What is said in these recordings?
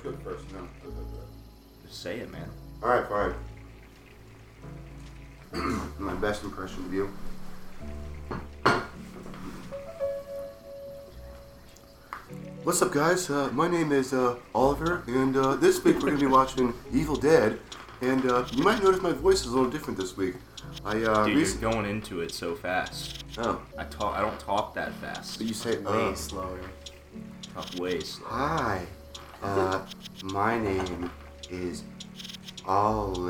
for the first time. Just say it, man. All right, fine. My best impression of you. What's up, guys? Uh, my name is uh, Oliver, and uh, this week we're gonna be watching Evil Dead. And uh, you might notice my voice is a little different this week. I uh, Dude, recent- you're going into it so fast. oh, I talk. I don't talk that fast. but you say Way uh, slower. Talk way slow. Hi. Uh, my name is Well,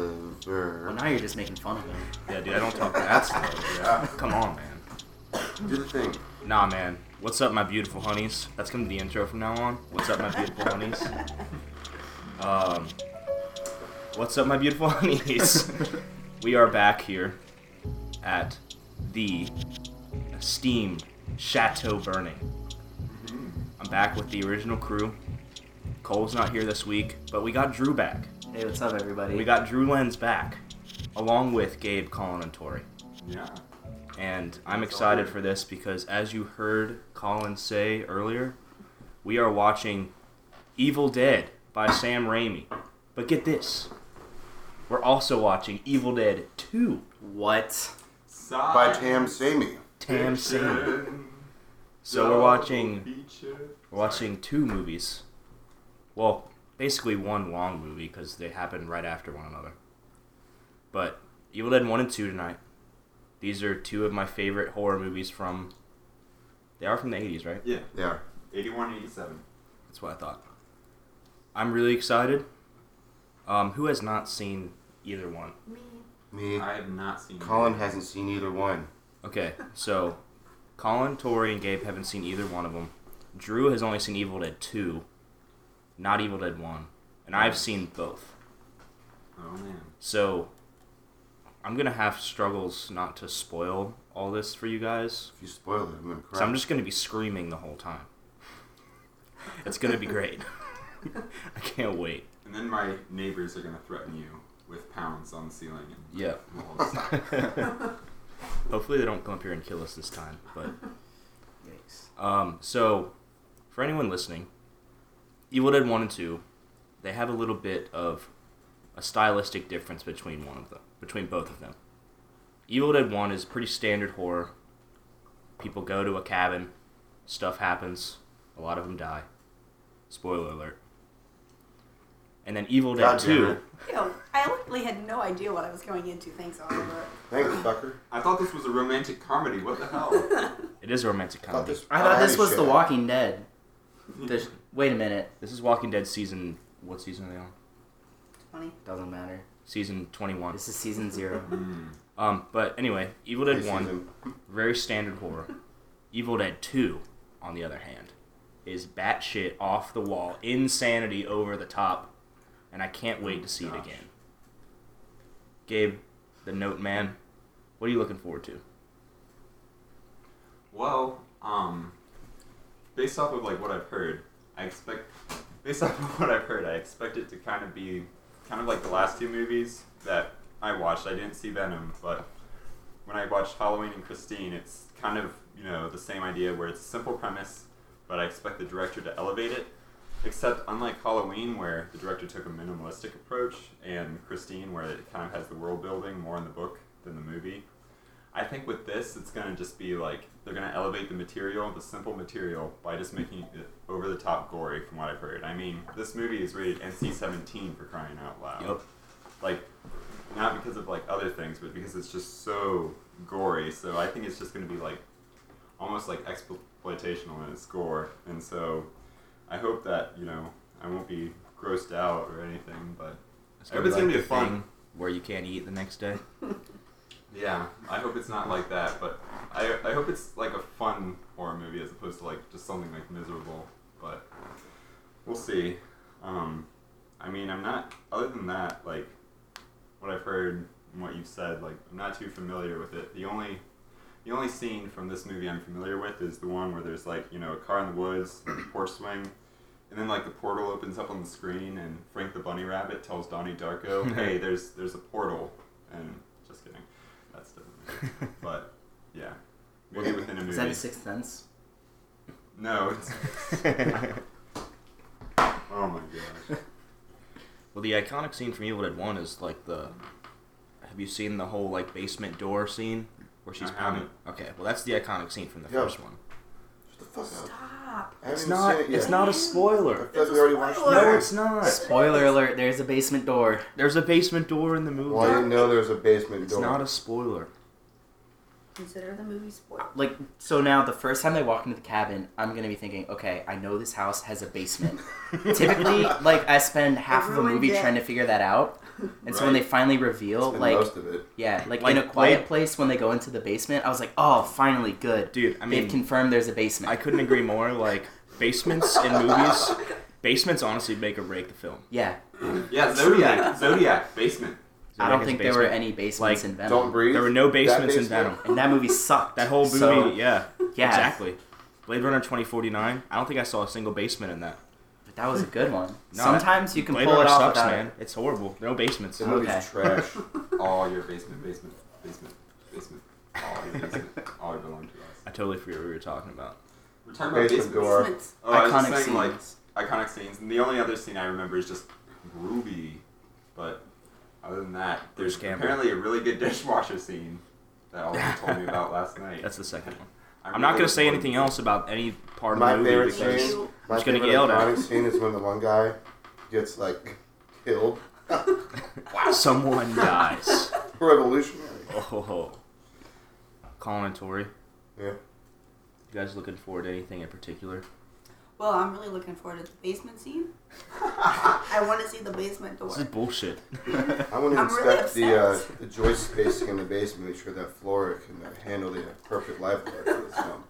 Oliver. now you're just making fun of him. Yeah, dude, I don't talk that slow. Yeah. Come on, man. Do the thing. Nah, man. What's up, my beautiful honeys? That's gonna be the intro from now on. What's up, my beautiful honeys? Um, what's up, my beautiful honeys? we are back here at the esteemed Chateau Burning. I'm back with the original crew. Cole's not here this week, but we got Drew back. Hey, what's up, everybody? We got Drew Lenz back, along with Gabe, Colin, and Tori. Yeah. And I'm excited for this because, as you heard Colin say earlier, we are watching Evil Dead by Sam Raimi. But get this we're also watching Evil Dead 2, what? Side By Tam Samey. Tam Sam. fiction, So we're double watching, feature. we're watching two movies. Well, basically one long movie because they happen right after one another. But Evil Dead 1 and 2 tonight. These are two of my favorite horror movies from. They are from the 80s, right? Yeah, There. 81, 87. That's what I thought. I'm really excited. Um, who has not seen either one? Me. I have not seen Colin hasn't seen either one. Okay, so Colin, Tori, and Gabe haven't seen either one of them. Drew has only seen Evil Dead 2, not Evil Dead 1. And I've seen both. Oh, man. So I'm going to have struggles not to spoil all this for you guys. If you spoil it, I'm gonna cry. So I'm just going to be screaming the whole time. It's going to be great. I can't wait. And then my neighbors are going to threaten you with pounds on the ceiling and Yeah. walls. Hopefully they don't come up here and kill us this time. But Yikes. um, so for anyone listening, Evil Dead One and Two, they have a little bit of a stylistic difference between one of them, between both of them. Evil Dead One is pretty standard horror. People go to a cabin, stuff happens, a lot of them die. Spoiler alert. And then Evil Dead God damn Two. it. Yo, I literally had no idea what I was going into. Thanks, Oliver. Thanks, fucker. I thought this was a romantic comedy. What the hell? It is a romantic I thought comedy. this, I thought this already was said The that. Walking Dead. There's- wait a minute. This is Walking Dead season. What season are they on? Funny. Doesn't matter. Season 21. This is season zero. Hmm. Um, but anyway, Evil Dead Hey, 1, Susan. very standard horror. Evil Dead 2, on the other hand, is batshit off the wall, insanity over the top, and I can't wait to see it Gosh. again. Gabe, the note man, what are you looking forward to? Well, um, based off of like what I've heard, I expect, based off of what I've heard, I expect it to kind of be, kind of like the last two movies that I watched. I didn't see Venom, but when I watched Halloween and Christine, it's kind of you know the same idea where it's a simple premise, but I expect the director to elevate it. Except unlike Halloween, where the director took a minimalistic approach, and Christine, where it kind of has the world building more in the book than the movie. I think with this, it's gonna just be like they're gonna elevate the material, the simple material, by just making it over the top gory, from what I've heard. I mean, this movie is rated NC-17 for crying out loud. Yup. Like, not because of like other things, but because it's just so gory. So I think it's just gonna be like almost like exploitational in its gore, and so I hope that you know I won't be grossed out or anything, but It's gonna be like the thing where you can't eat the next day. Yeah, I hope it's not like that, but I, I hope it's like a fun horror movie as opposed to like just something like miserable. But we'll see. Um, I mean, I'm not. Other than that, like what I've heard and what you've said, like I'm not too familiar with it. The only the only scene from this movie I'm familiar with is the one where there's like you know a car in the woods, porch swing, and then like the portal opens up on the screen, and Frank the Bunny Rabbit tells Donnie Darko, "Hey, there's there's a portal," and just kidding, that's different. But yeah, maybe within a Is movie. that a sixth sense? no, it's oh my gosh. Well, the iconic scene from Evil Dead One is like the. Have you seen the whole like basement door scene where she's I pounding? haven't. Okay, well that's the iconic scene from the Yeah. first one. Shut the fuck up. Stop. I haven't It's even not. seen it yet. It's not a I spoiler. feel like we already watched No, No, it. it's not. Spoiler alert, there's a basement door. There's a basement door in the movie. Well, I didn't know there was a basement It's door. not a spoiler. Consider the movie spoiled. Like, so now the first time I walk into the cabin, I'm gonna be thinking, okay, I know this house has a basement. Typically, like, I spend half of a Ruined movie it. trying to figure that out. And so when they Right. finally It's reveal, been like, most of it. yeah, like, Like, in a quiet wait. place when they go into the basement, I was like, oh, finally, good. Dude, I mean, They've confirmed there's a basement. I couldn't agree more. Like basements in movies, basements honestly make or break the film. yeah, Yeah, Zodiac. Zodiac basement. I don't Zodiac's think there were basement. any basements Like, in Venom. Don't breathe. There were no basements in basement? Venom. and that movie sucked. That whole movie, So, yeah, yeah, exactly. Blade Runner 2049. I don't think I saw a single basement in that. But that was a good one. No, Sometimes you can Blade pull Runner it off sucks, without man. It's horrible. There are no basements. The movie's Okay. trash. All your basement, basement, basement, basement. All your basement. All belong to us. I totally forget what we were talking about. We're talking about Basement basements. door. Basements. Oh, I was just Iconic saying, like scenes. iconic scenes, and the only other scene I remember is just Ruby. But other than that, Bruce there's Campbell. apparently a really good dishwasher scene that Oliver told me about last night. That's the second one. I I'm not really gonna say wanted anything to- else about any part of My the movie favorite because scene. You- My Just gonna favorite get yelled at. iconic scene is when the one guy gets like killed. someone dies. Revolutionary. Oh, ho, ho. Colin and Tori, you Yeah. guys looking forward to anything in particular? Well, I'm really looking forward to the basement scene. I want to see the basement door. This is bullshit. I want to I'm really inspect the uh, upset. the joist spacing in the basement, make sure that floor can uh, handle the perfect lifeguard for this film.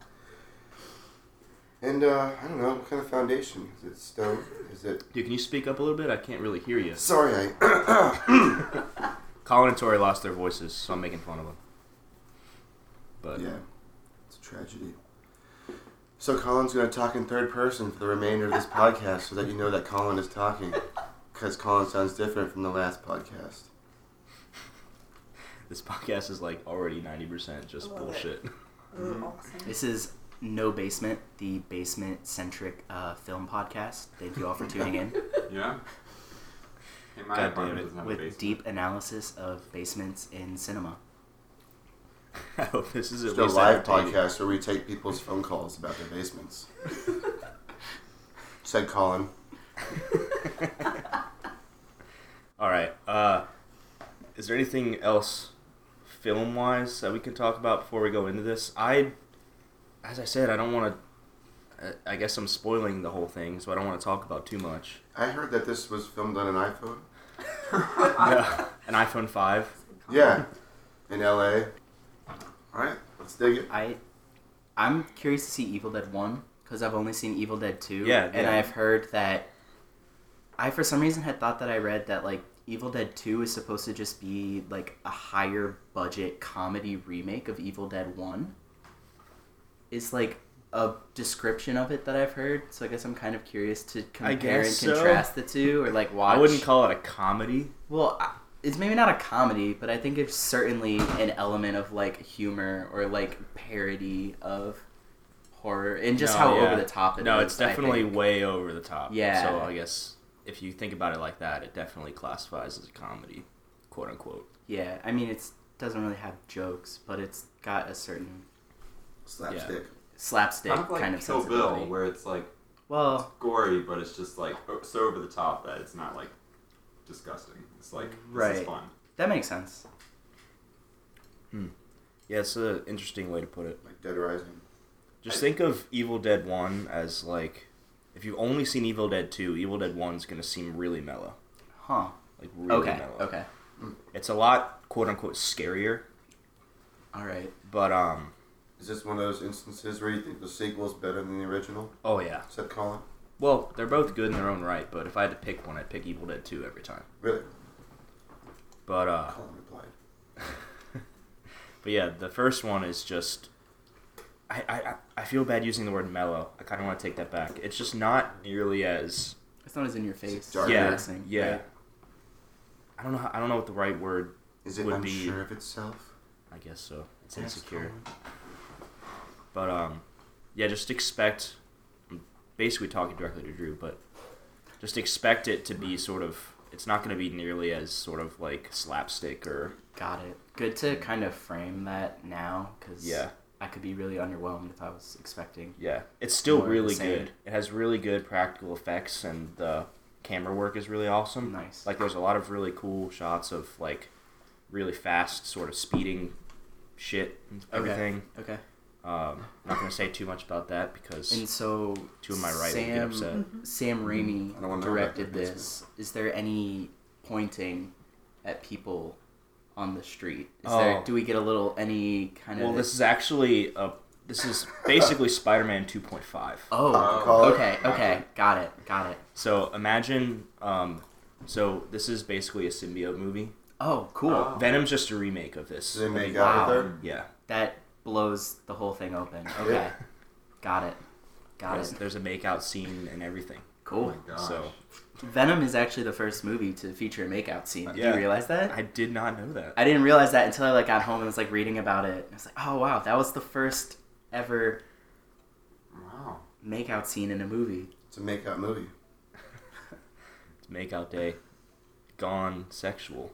And uh, I don't know what kind of foundation is it stone? Is it? Dude, can you speak up a little bit? I can't really hear you. Sorry, I Colin and Tori lost their voices, so I'm making fun of them. But yeah, it's a tragedy. So Colin's going to talk in third person for the remainder of this podcast, so that you know that Colin is talking, because Colin sounds different from the last podcast. this podcast is like already 90% just I love it. bullshit. Ooh, awesome. This is No Basement, the basement centric uh, film podcast. Thank you all for tuning in Yeah. Hey, my God damn apartment it. doesn't have a with basement. deep analysis of basements in cinema. I hope this is at It's a least live entertaining. podcast where we take people's phone calls about their basements. Said Colin. All right. Uh, is there anything else film wise that we can talk about before we go into this? I, as I said, I don't want to. I guess I'm spoiling the whole thing, so I don't want to talk about too much. I heard that this was filmed on an iPhone. Yeah. An iPhone five. Yeah, in LA. All right, let's dig it. I, I'm curious to see Evil Dead 1 because I've only seen Evil Dead 2. Yeah, And yeah. I've heard that. I, for some reason, had thought that I read that, like, Evil Dead 2 is supposed to just be, like, a higher budget comedy remake of Evil Dead 1. It's, like, a description of it that I've heard. So I guess I'm kind of curious to compare and guess so. contrast the two or, like, watch. I wouldn't call it a comedy. Well, I- it's maybe not a comedy, but I think it's certainly an element of like humor or like parody of horror and just No, how yeah. over the top it is. No, it's I definitely think. way over the top. Yeah. So I guess if you think about it like that, it definitely classifies as a comedy, quote unquote. yeah. I mean, it's doesn't really have jokes, but it's got a certain Slapstick. slapstick Kind of like kind of Kill Bill, sensibility. where it's like well, gory, but it's just like o- so over the top that it's not like disgusting. It's like this Right. is fun. that makes sense. Yeah, it's an interesting way to put it. Like Dead Rising. Just think of Evil Dead 1 as like if you've only seen Evil Dead 2, Evil Dead 1's going to seem really mellow. Huh. Like really okay. mellow. Okay. It's a lot quote unquote scarier, All right. but um Is this one of those instances where you think the sequel's better than the original? oh yeah. Said Colin. Well, they're both good in their own right, but if I had to pick one, I'd pick Evil Dead 2 every time. Really? But uh Colin replied. but yeah, the first one is just I I I- I feel bad using the word mellow. I kind of want to take that back. It's just not nearly as It's not as in your face. darker. yeah, Embarrassing, yeah. right? I don't know how, I don't know what the right word Is it Would be- unsure of itself? I guess so. It's Yes, insecure. Colin. But um, yeah, just expect. I'm basically talking directly to Drew, but just expect it to be sort of it's not going to be nearly as sort of like slapstick or Got it. Good to kind of frame that now because Yeah. I could be really underwhelmed if I was expecting. yeah. It's still More of the really same. good. It has really good practical effects, and the camera work is really awesome. Nice. Like there's a lot of really cool shots of like really fast sort of speeding shit and everything. Okay. Um, not going to say too much about that because And so two of my right would get Sam, upset. Mm-hmm. Sam Raimi I don't wanna know directed about that. this. Is there any pointing at people on the street? Is Oh. there, do we get a little any kind Well, of this is actually a this is basically Spider-Man 2.5. Oh, Oh. okay, okay, got it, got it. So imagine, um, so this is basically a symbiote movie. Oh, cool. Oh. Venom's just a remake of this. So they make Of out Wow. with her. the- Yeah, That blows the whole thing open. Okay, got it, got there's, it. there's a makeout scene and everything. Cool. my gosh. So Venom is actually the first movie to feature a makeout scene. Did Yeah. you realize that? I did not know that. I didn't realize that until I like got home and was like reading about it. I was like, oh wow, that was the first ever Wow. makeout scene in a movie. It's a make out movie. It's makeout day, gone sexual,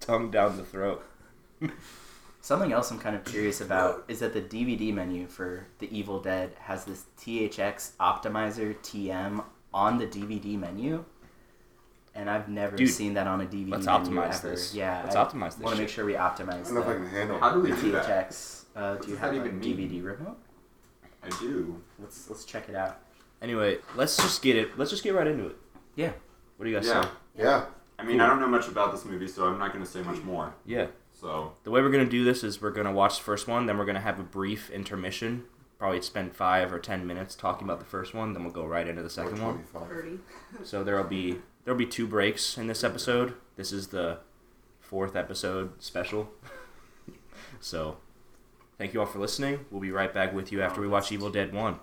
tongue down the throat. Something else I'm kind of curious about is that the DVD menu for The Evil Dead has this THX optimizer TM on the DVD menu, and I've never Dude, seen that on a DVD. let's menu optimize ever. this. Yeah, Let's optimize this Want to make shit. sure we I optimize don't know if I the, can handle How do the we do that? THX. Uh, What do you does have that a even mean? DVD remote? I do. Let's let's check it out. Anyway, let's just get it. Let's just get right into it. Yeah. What do you guys Yeah. say? Yeah. I mean, I don't know much about this movie, so I'm not going to say much more. Yeah. So, The way we're gonna do this is we're gonna watch the first one, then we're gonna have a brief intermission. Probably spend five or ten minutes talking about the first one, then we'll go right into the second one. 25. Birdie. So there'll be there'll be two breaks in this episode. This is the fourth episode special. so thank you all for listening. We'll be right back with you after we watch Evil Dead One.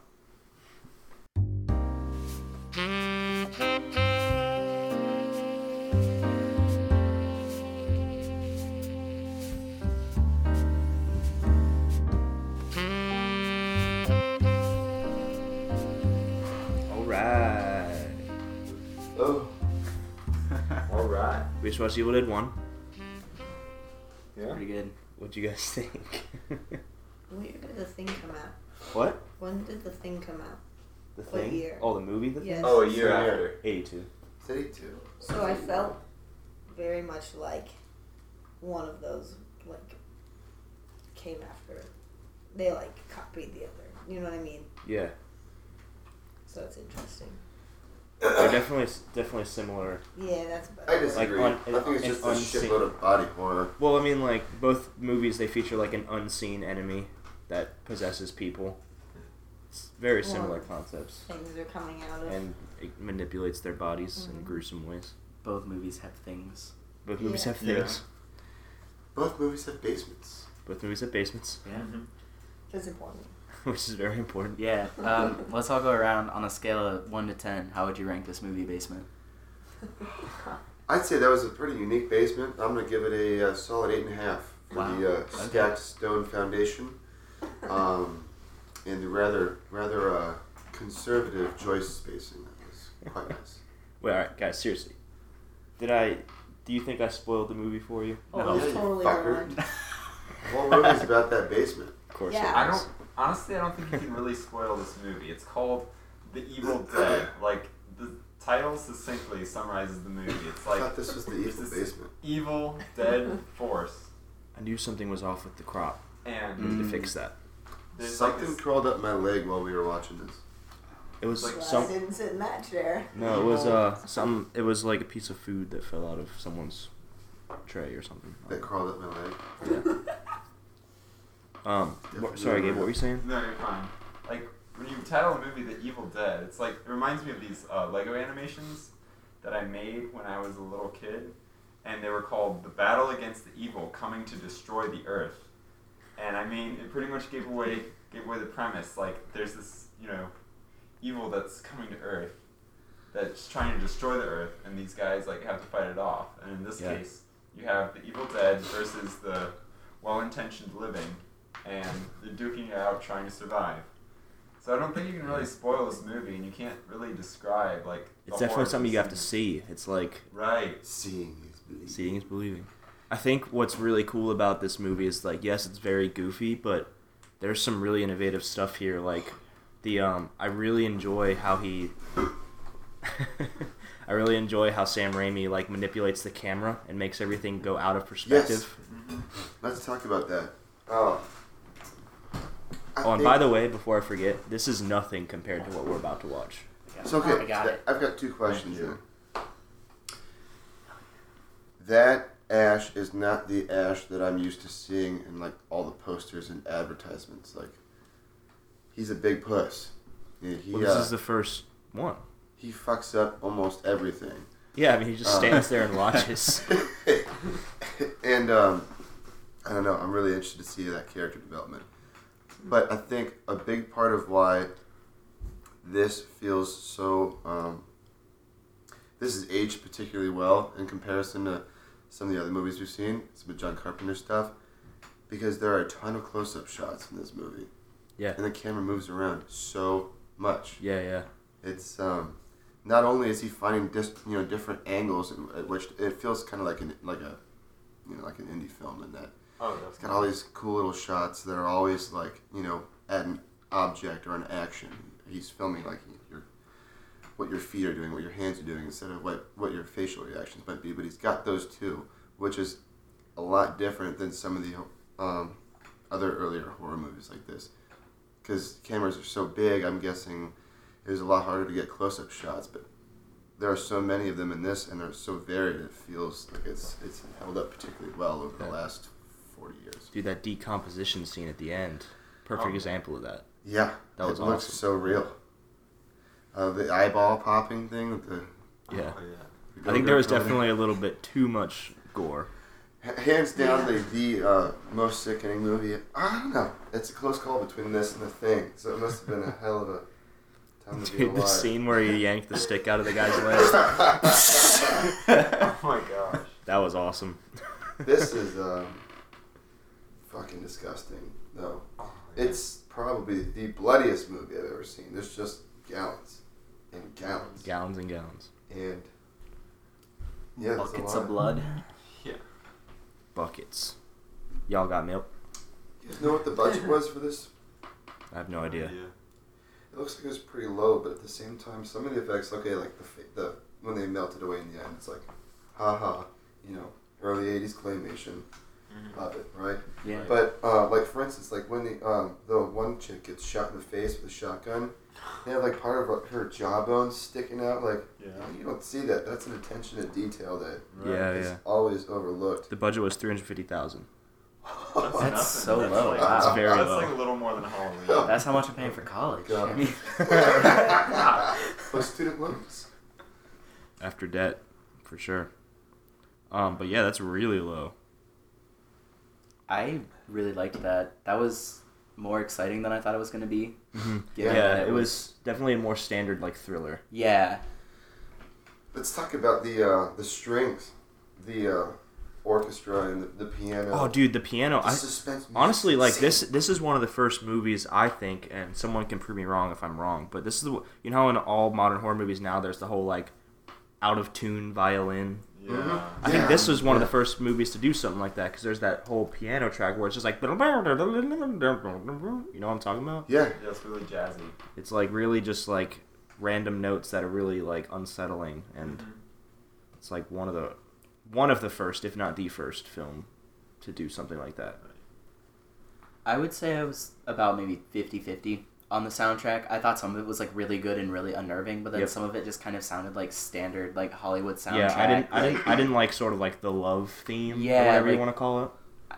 All right. Oh. all right. We just watched Evil Dead One. Yeah. Pretty good. What'd you guys think? When did the thing come out? what? When did the thing come out? The What year? Oh, the movie. The Yes. Oh, a year Yeah. after. Eighty-two. Say two. So I felt very much like one of those like came after it. They like copied the other. You know what I mean? Yeah, So it's interesting. they're definitely definitely similar. Yeah, that's better. I disagree. on- I think it's an just a unseen- shitload of body horror. Well, I mean, like both movies, they feature like an unseen enemy that possesses people. It's very Well- similar concepts, Things are coming out of. and it manipulates their bodies in Mhm. gruesome ways. Both movies have things. Both movies Yeah. have things. Both movies have basements. Both movies have basements, Yeah. that's important. which is very important. Yeah. Um, let's all go around on a scale of one to ten. How would you rank this movie basement? I'd say that was a pretty unique basement. I'm gonna give it a, uh solid eight and a half for Wow. the uh, Okay. stacked stone foundation, um, and the rather rather uh, conservative joist spacing. That was quite nice. Wait, all right, guys, seriously, did I? Do you think I spoiled the movie for you? oh, No. I was Yeah, you totally fucker. wrong. The whole movie's about that basement. Of course. Yeah. I don't. Honestly, I don't think you can really spoil this movie. It's called The Evil Dead. Like the title succinctly summarizes the movie. It's I like thought this was the evil this basement. Evil Dead Force, I knew something was off with the crop. and I need to Mm. fix that. there's like Something this crawled up my leg while we were watching this. It was Like- Glad some. I didn't sit in that chair. No, it was uh some. It was like a piece of food that fell out of someone's tray or something. That crawled up my leg. Um, wh- sorry, Gabe. What were you saying? No, you're fine. Like when you title a movie "The Evil Dead," it's like it reminds me of these uh, Lego animations that I made when I was a little kid, and they were called "The Battle Against the Evil Coming to Destroy the Earth." And I mean, it pretty much gave away gave away the premise. Like there's this you know evil that's coming to Earth that's trying to destroy the Earth, and these guys like have to fight it off. And in this Yeah. case, you have the Evil Dead versus the well-intentioned living and they're duking it out trying to survive. So I don't think you can really spoil this movie, and you can't really describe like. the It's definitely horror something you have to scene. see. It's like Right. Seeing is believing. seeing is believing. I think what's really cool about this movie is like yes, it's very goofy, but there's some really innovative stuff here. Like the um, I really enjoy how he. I really enjoy how Sam Raimi like manipulates the camera and makes everything go out of perspective. Let's talk about that. Oh. I Oh, think- and by the way, before I forget, this is nothing compared to what we're about to watch. So okay, I got it. I've got two questions you. here. That Ash is not the Ash that I'm used to seeing in like all the posters and advertisements. Like, he's a big puss. He, he, Well, uh, this is the first one. he fucks up almost everything. Yeah, I mean, he just Uh. stands there and watches. and um, I don't know. I'm really interested to see that character development. But I think a big part of why this feels so um, this is aged particularly well in comparison to some of the other movies we've seen, some of John Carpenter stuff, because there are a ton of close-up shots in this movie, Yeah, and the camera moves around so much. yeah, yeah. It's um, not only is he finding dis- you know different angles, in- at which it feels kind of like an like a you know like an indie film in that Oh, it's got all these cool little shots that are always like you know at an object or an action. He's filming like your what your feet are doing, what your hands are doing, instead of what what your facial reactions might be. But he's got those two, which is a lot different than some of the um, other earlier horror movies like this, because cameras are so big. I'm guessing it was a lot harder to get close-up shots, but. There are so many of them in this, and they're so varied. It feels like it's it's held up particularly well over the Yeah. last forty years. Dude, that decomposition scene at the end. Perfect Oh. example of that. Yeah, That was it looks awesome. so real. Uh, the eyeball popping thing. With the, Yeah. Oh, yeah. the I think there was go-go definitely a little bit too much gore. coming. H- hands down the the uh, most sickening movie. I don't know. It's a close call between this and the thing. So it must have been a hell of a time to be Dude, alive. the scene where he yanked the stick out of the guy's leg. Oh my gosh. That was awesome. this is um, fucking disgusting. No, Oh, yeah. it's probably the bloodiest movie I've ever seen. There's just gallons and gallons Gallons and gallons. and yeah, that's a Buckets lot. of blood. yeah. Buckets. Y'all got milk? You guys know what the budget was for this? I have no idea. It looks like it was pretty low, but at the same time, some of the effects, okay, like the fa- the when they melted away in the end, it's like, haha, you know, early '80s claymation, Mhm. love it, right? Yeah. But uh, like for instance, like when the um, the one chick gets shot in the face with a shotgun, they have like part of her jawbone sticking out. Like Yeah. you don't see that. That's an attention to detail that Right. Yeah, is yeah. always overlooked. The budget was 350000 That's, That's nothing. so that's low. Like, Wow. That's, Very that's low. like a little more than Halloween. That's how much I'm paying for college. God. I mean, Those student loans. After debt, for sure. Um, but yeah, that's really low. I really liked that. That was more exciting than I thought it was going to be. Yeah, Yeah, that it was definitely a more standard like thriller. Yeah. Let's talk about the uh, the strings, the uh, orchestra and the, the piano. Oh, dude, the piano. The I, suspense music. honestly like this Sing. this is one of the first movies i think and someone can prove me wrong if i'm wrong but this is the you know how in all modern horror movies now there's the whole like out of tune violin Yeah. Mhm. i think Yeah. this was one of Yeah. the first movies to do something like that because there's that whole piano track where it's just like you know what i'm talking about Yeah, Yeah, it's really jazzy. it's like really just like random notes that are really like unsettling and Mhm. it's like one of the one of the first if not the first film to do something like that I would say I was about maybe 50 50 on the soundtrack. I thought some of it was like really good and really unnerving, but then Yep. some of it just kind of sounded like standard, like Hollywood soundtrack. Yeah, I didn't, I didn't, I didn't like sort of like the love theme, Yeah, or whatever like- you want to call it.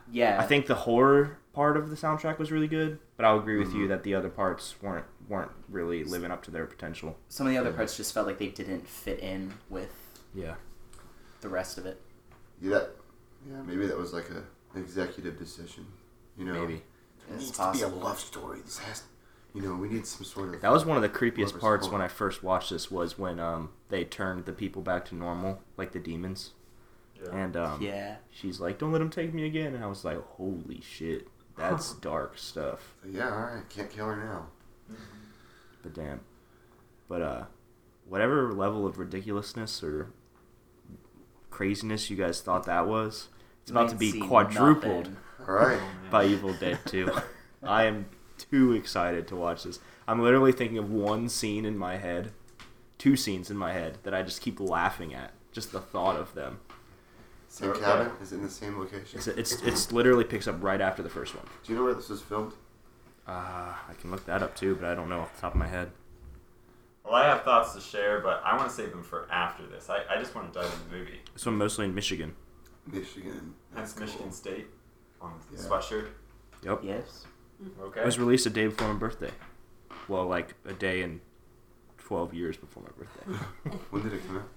Yeah. I think the horror part of the soundtrack was really good, but I'll agree with Mm-hmm. you that the other parts weren't weren't really living up to their potential. some of the other parts just felt like they didn't fit in with Yeah, the rest of it. yeah, that, yeah. Maybe that was like a an executive decision. You know, maybe There It's needs to be possible. a love story. This has, you know, we need some sort of. that was one of the creepiest Whoever's parts when horror. I first watched this was when um they turned the people back to normal, like the demons, Yeah. and um yeah. she's like, "Don't let them take me again," and I was like, "Holy shit, that's dark stuff." yeah, all right. Can't kill her now. Mhm. but damn. But uh, whatever level of ridiculousness or craziness you guys thought that was, it's about to ain't be seen quadrupled nothing. All right. by Evil Dead 2. I am too excited to watch this. I'm literally thinking of one scene in my head, two scenes in my head that I just keep laughing at. Just the thought of them. Same Okay. cabin? Is it in the same location? It's it's it's literally picks up right after the first one. Do you know where this was filmed? Uh, I can look that up too, but I don't know off the top of my head. Well, I have thoughts to share, but I want to save them for after this. I, I just want to dive into the movie. This one mostly in Michigan. Michigan. That's cool. Michigan State on the Yeah. sweatshirt. Yep. Yes. Okay. It was released a day before my birthday. Well, like a day and 12 years before my birthday. When did it come out?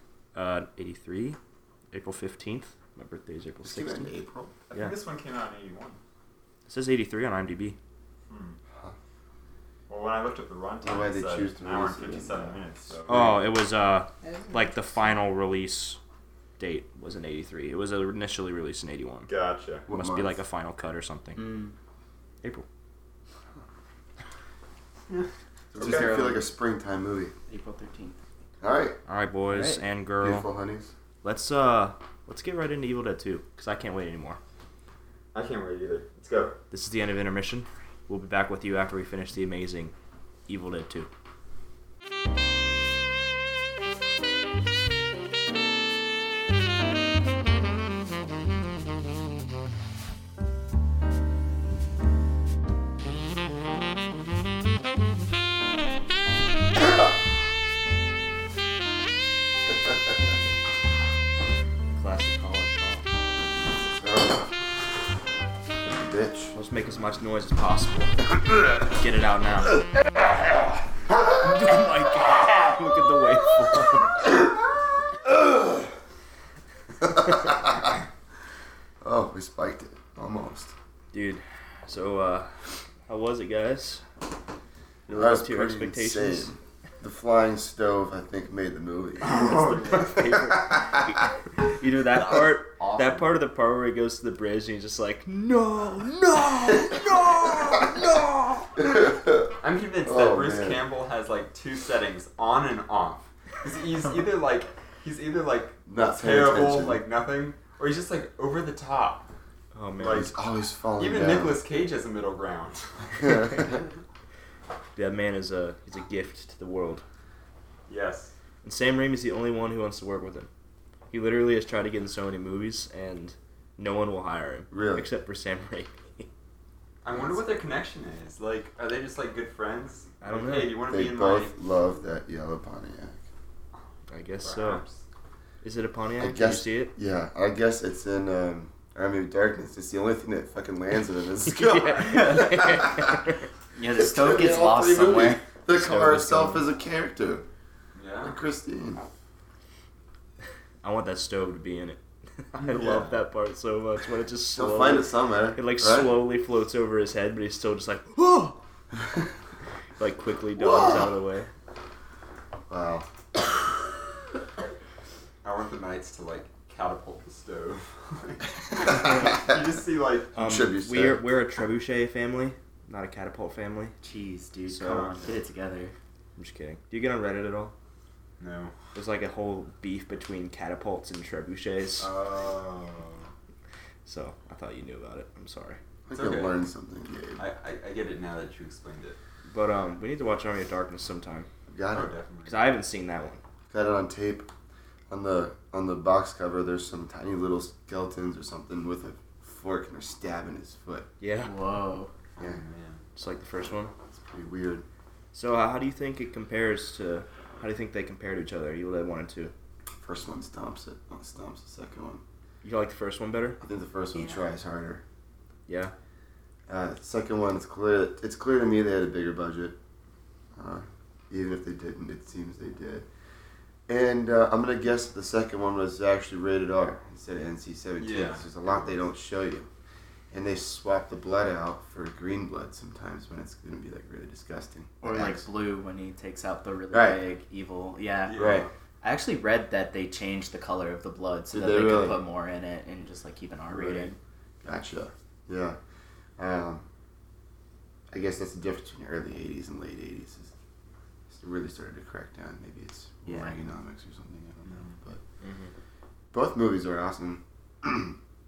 Uh, 83, April 15th. My birthday is April This came out in 16th. It April. I think yeah. this one came out in 81. says 83 on IMDb. Hmm. Huh. Well, when I looked up the runtime, Why it they said choose to an hour and release it in 57 that? minutes. So. Oh, it was uh That is like the final release date was in 83. It was initially released in 81. Gotcha. What Must be month? like a final cut or something. Mm. April. It just Okay. feel like a springtime movie. April 13th. All right, All right, boys All right. and girl. beautiful honeys. Let's uh let's get right into Evil Dead 2 cuz I can't wait anymore. I can't wait either. Let's go. This is the end of intermission. We'll be back with you after we finish the amazing Evil Dead 2. Classic Colin. Colin. Oh. Bitch. Let's make as much noise as possible. Get it out now. oh my god. Look at the waveform. Oh, we spiked it almost. Dude, so uh how was it guys? That Live was up to your pretty expectations? insane. The flying stove, I think, made the movie. Either that That was part awesome. that part of the part where he goes to the bridge and he's just like, No, no, no, no I'm convinced Oh, that Bruce man. Campbell has like two settings on and off. 'Cause He's either like he's either like Not paying terrible, attention. like nothing, or he's just like over the top. Oh man. Like, He's always falling Even down. Nicolas Cage has a middle ground. That man is a he's a gift to the world. yes. And Sam Raimi's the only one who wants to work with him. He literally has tried to get in so many movies and no one will hire him. Really? Except for Sam Raimi. I wonder what their connection is. Like, are they just like good friends? I don't Like, know. Hey, you want to they be in both love that yellow Pontiac. I guess my? so. Perhaps. Is it a Pontiac? I Did guess- you see it? Yeah, I guess it's in um, Army of Darkness. It's the only thing that fucking lands in it is Yeah. Yeah, the stove gets All lost three movies. somewhere. The Stove car is itself gone. is a character. Yeah. Like Christine. I want that stove to be in it. I Yeah. love that part so much when it just She'll slowly, find it somewhere. it like right? slowly floats over his head, but he's still just like, oh, like quickly dives Whoa. out of the way. wow. I want the knights to like catapult the stove. you just see like Um, Trebuchet. we're we're a trebuchet family, not a catapult family. Jeez, dude, So- come on, get it together. I'm just kidding. Do you get on Reddit at all? no. There's like a whole beef between catapults and trebuchets. Uh, Oh. so I thought you knew about it. I'm sorry, I It's think okay. I learned something, Gabe. I, I, I get it now that you explained it. but um, we need to watch Army of Darkness sometime Oh, Got it. because definitely. I haven't seen that one. Got it on tape. On the on the box cover, there's some tiny little skeletons or something with a fork, and they're stabbing his foot. Yeah, Whoa. Oh, man. it's like the first one. It's pretty weird. So uh, how do you think it compares to? How do you think they compare to each other? Evil Dead One and Two. First one stomps it. Not stomps the second one. You like the first one better? I think the first one Yeah. tries harder. Yeah. Uh, second one, it's clear. It's clear to me they had a bigger budget. Uh, even if they didn't, it seems they did. And uh, I'm gonna guess the second one was actually rated R instead of NC-17. Yeah. 'cause There's a lot they don't show you, and they swap the blood out for green blood sometimes when it's gonna be like really disgusting. Or X. like blue when he takes out the really Right. big evil. Yeah. Yeah. right. I actually read that they changed the color of the blood so Did that they they, really? could put more in it and just like keep an R Right. rating. Gotcha. Yeah. Um, I guess that's the difference between early '80s and late '80s. Is really started to crack down. Maybe it's Yeah. Reaganomics or something. I don't know. But Mm-hmm. both movies are awesome.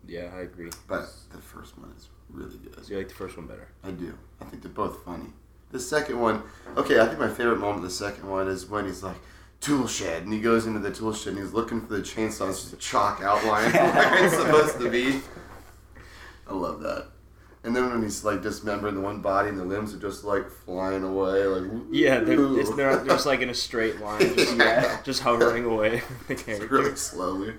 Yeah, I agree. But the first one is really good. So you like the first one better? I do. I think they're both funny. The second one, okay, I think my favorite moment of the second one is when he's like, tool shed, and he goes into the tool shed and he's looking for the chainsaw, and it's just a chalk outline where it's supposed to be. I love that. And then when he's like dismembering the one body and the limbs are just like flying away, like Yeah, they're, woo. it's, they're, they're just like in a straight line, just, Yeah. just hovering away from the It's character. really slowly.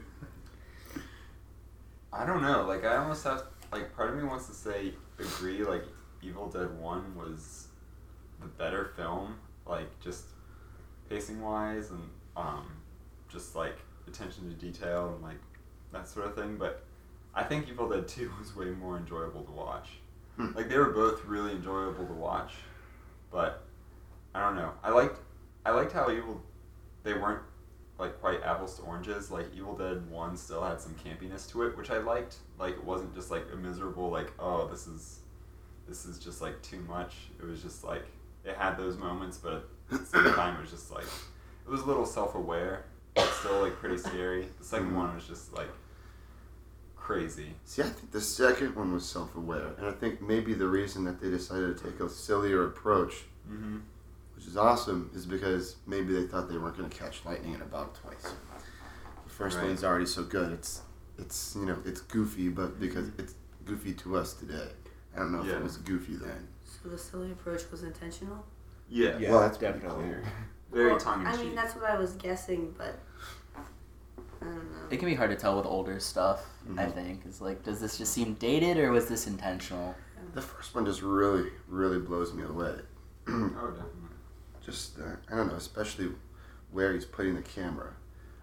I don't know. Like I almost have like part of me wants to say agree. Like Evil Dead One was the better film. Like just pacing wise and um, just like attention to detail and like that sort of thing. But I think Evil Dead Two was way more enjoyable to watch. Hmm. Like they were both really enjoyable to watch, but I don't know. I liked I liked how Evil they weren't like quite apples to oranges. Like Evil Dead One still had some campiness to it, which I liked. Like it wasn't just like a miserable like oh this is this is just like too much. It was just like it had those moments, but at the same time it was just like it was a little self aware, but still like pretty scary. The 2nd Mm-hmm. Mhm. one was just like crazy. See, I think the second one was self-aware, and I think maybe the reason that they decided to take a sillier approach Mm-hmm. which is awesome, is because maybe they thought they weren't going to catch lightning in a bottle twice. The first Right. one's already so good. It's it's you know it's goofy, but because it's goofy to us today. I don't know if Yeah. it was goofy then. So the silly approach was intentional. Yeah. Yeah, Well, that's pretty definitely. clear. Very Well, tongue in I cheek. mean, that's what I was guessing, but I don't know. It can be hard to tell with older stuff. I Mhm. think it's like, does this just seem dated or was this intentional? The first one just really really blows me away. oh, definitely. just uh, I don't know, especially where he's putting the camera.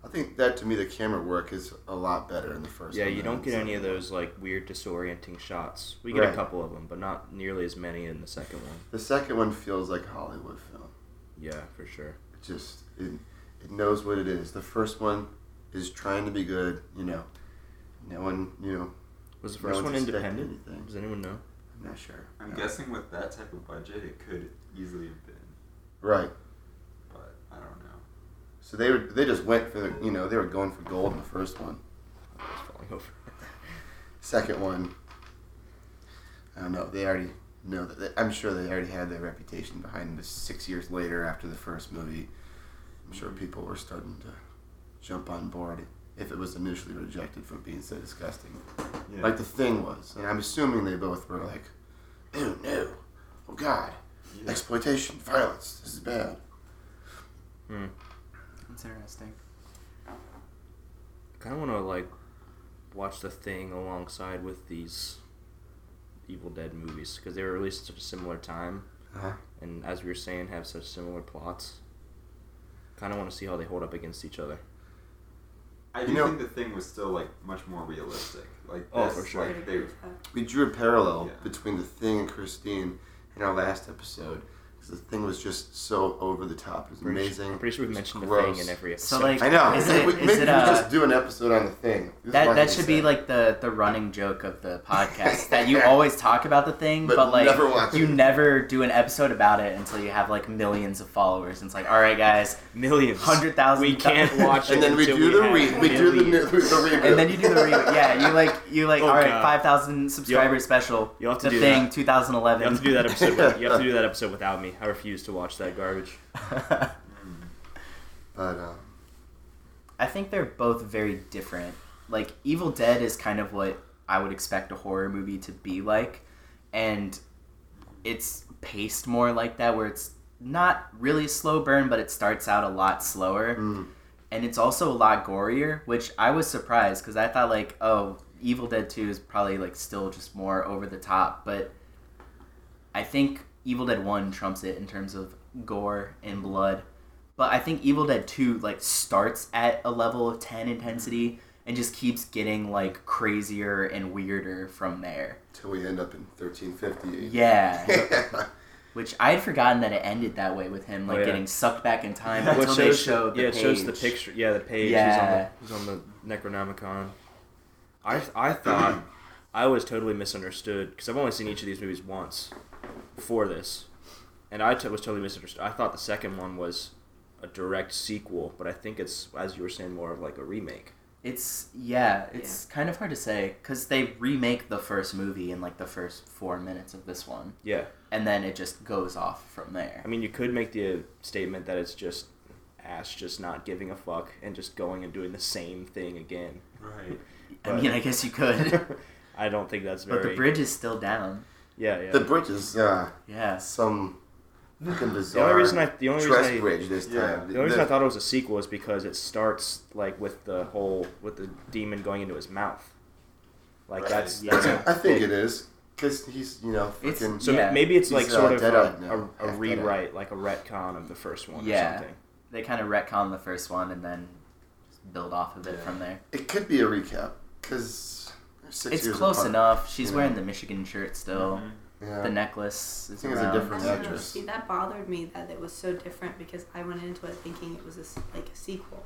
I think that to me the camera work is a lot better in the first. Yeah, one you than don't the get any of second. those like weird disorienting shots. We get Right. a couple of them, but not nearly as many in the second one. The second one feels like a Hollywood film. Yeah, for sure. It just it, it knows what it is. The first one is trying to be good, you know. No one, you know, Was the No one's first one expecting independent? anything. Does anyone know? I'm not sure. I'm No. guessing with that type of budget, it could easily have been, Right. but I don't know. So they were they just went for the you know they were going for gold in the first one. It's falling over. Second one, I don't know. They already know that. They, I'm sure they already had their reputation behind them. Six years later, after the first movie, I'm sure Mm-hmm. people were starting to jump on board if it was initially rejected for being so disgusting. Yeah. like the thing was. And I'm assuming they both were like, "Ew, no, oh god, Yeah. exploitation, violence, this is bad." Hmm. It's interesting. kind of want to like watch the thing alongside with these Evil Dead movies because they were released at such a similar time, Uh-huh. and as we were saying, have such similar plots. Kind of want to see how they hold up against each other. I You do know- think the thing was still like much more realistic. Like Oh, this, for sure. Like they, We drew a parallel Yeah. between the thing and Christine in our last episode because the thing was just so over the top. It was Pretty su- amazing. I'm pretty sure we've It was mentioned the gross. thing in every So, episode. like- I know. Is Maybe it- we- is maybe it, we uh, just do an episode on the thing. This is That what that he should be said. like the the running joke of the podcast that you always talk about the thing, But but, like never watch you it. never do an episode about it until you have like millions of followers. And it's like, all right, guys, millions, hundred thousand. We can't watch it. And then we until do the have re- we do the, new- millions. the reboot. And then you do the re- yeah, you like you like Oh, all right, God. five thousand subscribers special. You'll have to the do thing, that. two You have to do that episode. With, you have to do that episode without me. I refuse to watch that garbage. that. But uh, I think they're both very different. Like Evil Dead is kind of what I would expect a horror movie to be like, and it's paced more like that, where it's not really a slow burn, but it starts out a lot slower, Mm. and it's also a lot gorier, which I was surprised because I thought like, oh, Evil Dead Two is probably like still just more over the top, but I think Evil Dead One trumps it in terms of gore and blood. But I think Evil Dead 2 like starts at a level of 10 intensity and just keeps getting like crazier and weirder from there. till we end up in 1350. Yeah. Which I had forgotten that it ended that way with him like Oh, yeah. getting sucked back in time Well, it until they shows- showed the yeah, page. it shows the picture. Yeah, the page. Yeah. He's on the, he's on the Necronomicon. I I thought I was totally misunderstood because I've only seen each of these movies once before this, and I t- was totally misunderstood. I thought the second one was a direct sequel, but I think it's as you were saying more of like a remake. It's yeah, it's kind of hard to say because they remake the first movie in like the first four minutes of this one, Yeah, and then it just goes off from there. I mean you could make the statement that it's just Ash just not giving a fuck and just going and doing the same thing again. Right. I mean, I guess you could, I don't think that's very. but the bridge is still down. Yeah, yeah. The bridge is uh, Yes, some fucking The only bizarre reason I the only dress reason I, bridge this Yeah. time. the only reason I thought it was a sequel is because it starts like with the whole with the demon going into his mouth. Like Right. that's Yeah. that's a I think big- it is because he's you know It's- freaking. So Yeah. ma- maybe it's He's, like uh, sort of dead-eyed a, now, a, a half rewrite, like a retcon of the first one or Yeah. something. they kind of retcon the first one and then just build off of it Yeah. from there. it could be a recap because six it's years close apart. enough. She's Yeah. wearing the Michigan shirt still. Mhm. Yeah. The necklace is think it's a around. different I don't know, actress. See, that bothered me that it was so different because I went into it thinking it was a, s- like a sequel.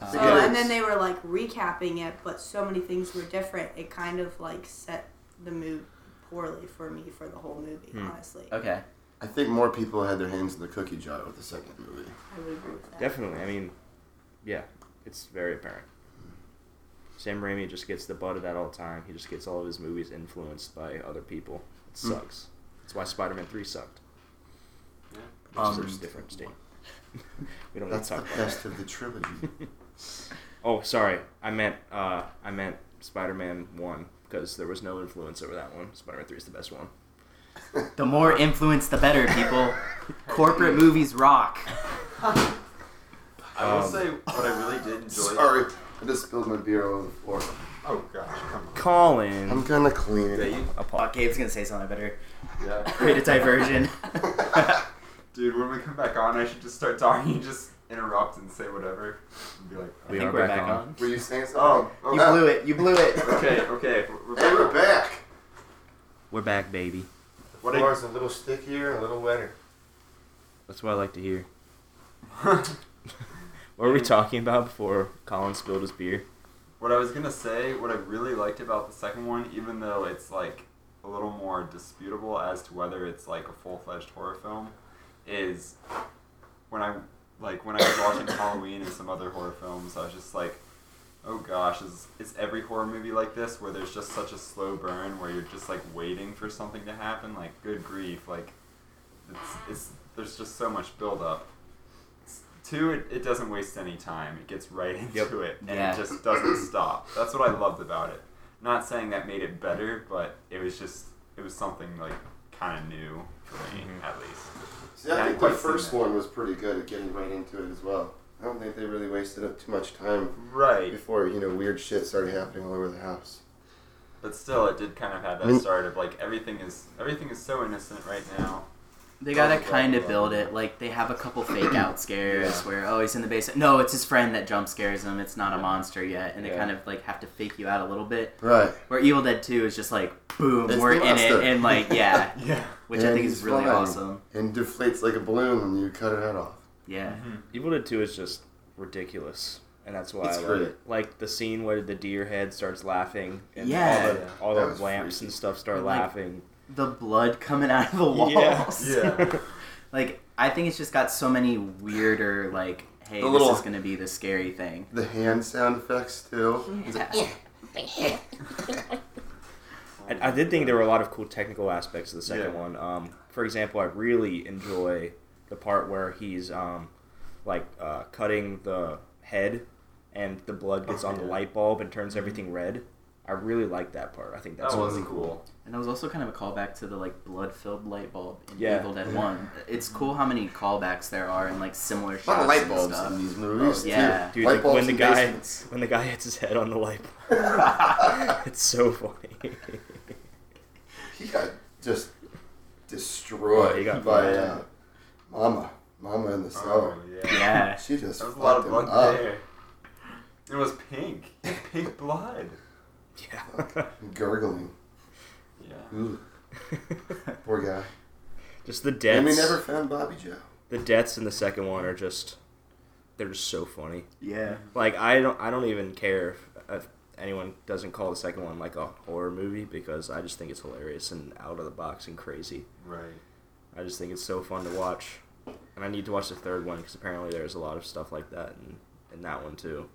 I Uh, Uh, So think Oh, it and is. then they were like recapping it, but so many things were different. It kind of like set the mood poorly for me for the whole movie. Hmm. Honestly, Okay. I think more people had their hands in the cookie jar with the second movie. I would agree with that. Definitely. I mean, yeah, it's very apparent. Sam Raimi just gets the butt of that all the time. He just gets all of his movies influenced by other people. It Hmm. sucks. That's why Spider-Man Three sucked. Yeah. Which Um, is a different statement. we don't need to That's the talk about best that. of the trilogy. Oh, sorry. I meant uh, I meant Spider-Man One because there was no influence over that one. Spider-Man Three is the best one. The more influence, the better, people. Corporate movies rock. I will Um, say what I really did enjoy. Sorry, I just spilled my beer all over the floor. Oh gosh, come on. Colin. I'm gonna clean Yeah, it. you- a Oh, pod- Gabe's gonna say something better. Create a yeah. diversion. Dude, when we come back on, I should just start talking. You just interrupt and say whatever, and be like, We I think are we're back on. Were you saying something? oh, You okay, blew it. You blew it. okay, okay. We're Hey, we're back. We're back, baby. What did- Floor's a little stickier, a little wetter. That's what I like to hear. What were we talking about before Colin spilled his beer? What I was gonna say, what I really liked about the second one, even though it's like a little more disputable as to whether it's like a full fledged horror film, is when I like when I was watching Halloween and some other horror films, I was just like, oh gosh, is is every horror movie like this where there's just such a slow burn where you're just like waiting for something to happen? Like good grief, like it's, it's there's just so much build up. Two, it, it doesn't waste any time. It gets right into Yep. it and Yeah. it just doesn't stop. That's what I loved about it. Not saying that made it better, but it was just it was something like kind of new for me Mhm. at least. See, I Yeah, I think quite the seen first that. one was pretty good at getting right into it as well. I don't think they really wasted up too much time Right, before you know weird shit started happening all over the house. but still, it did kind of have Mm. that start of like everything is everything is so innocent right now. They gotta kind of build it. Like they have a couple fake out scares Yeah. where oh he's in the basement. No, it's his friend that jump scares him. It's not a monster yet, and they Yeah. kind of like have to fake you out a little bit. Right. Where Evil Dead Two is just like boom, It's we're the in monster. it, and like yeah, Yeah. which I And think is he's really fine. awesome. And deflates like a balloon when you cut it head off. Yeah, Evil Dead 2 is just ridiculous. And that's why It's I like, great. it. like the scene where the deer head starts laughing and Yeah. all the, That all was the lamps freaky. and stuff start And, like, laughing. the blood coming out of the walls. Yeah. Like I think it's just got so many weirder like hey The this little- is gonna be the scary thing. The hand sound effects too. Yeah. I, I did think there were a lot of cool technical aspects of the second Yeah. one. Um, for example, I really enjoy the part where he's um, like uh, cutting the head and the blood gets Oh, on the yeah. Mm-hmm. light bulb and turns everything red. I really like that part. I think that's that one was of the cool. And that was also kind of a callback to the like blood filled light bulb in Yeah. Evil Dead One. It's cool how many callbacks there are and like similar A lot shots of light and bulbs stuff. in these movies. Oh, yeah. too. Dude, light like, bulbs when the in guy- basements. when the guy hits his head on the light bulb. it's so funny. he got just destroyed Yeah, he got by blown uh, Mama. Mama in the cellar. Oh yeah. Yeah. She just There was fucked a lot of him blood up. there. It was pink. Pink blood. yeah. Gurgling. Yeah. Ooh, poor guy. just the deaths. And we never found Bobby Joe. The deaths in the second one are just they're just so funny. Yeah. Like I don't I don't even care if, if anyone doesn't call the second one like a horror movie because I just think it's hilarious and out of the box and crazy. Right. I just think it's so fun to watch, and I need to watch the third one because apparently there's a lot of stuff like that in, in that one too.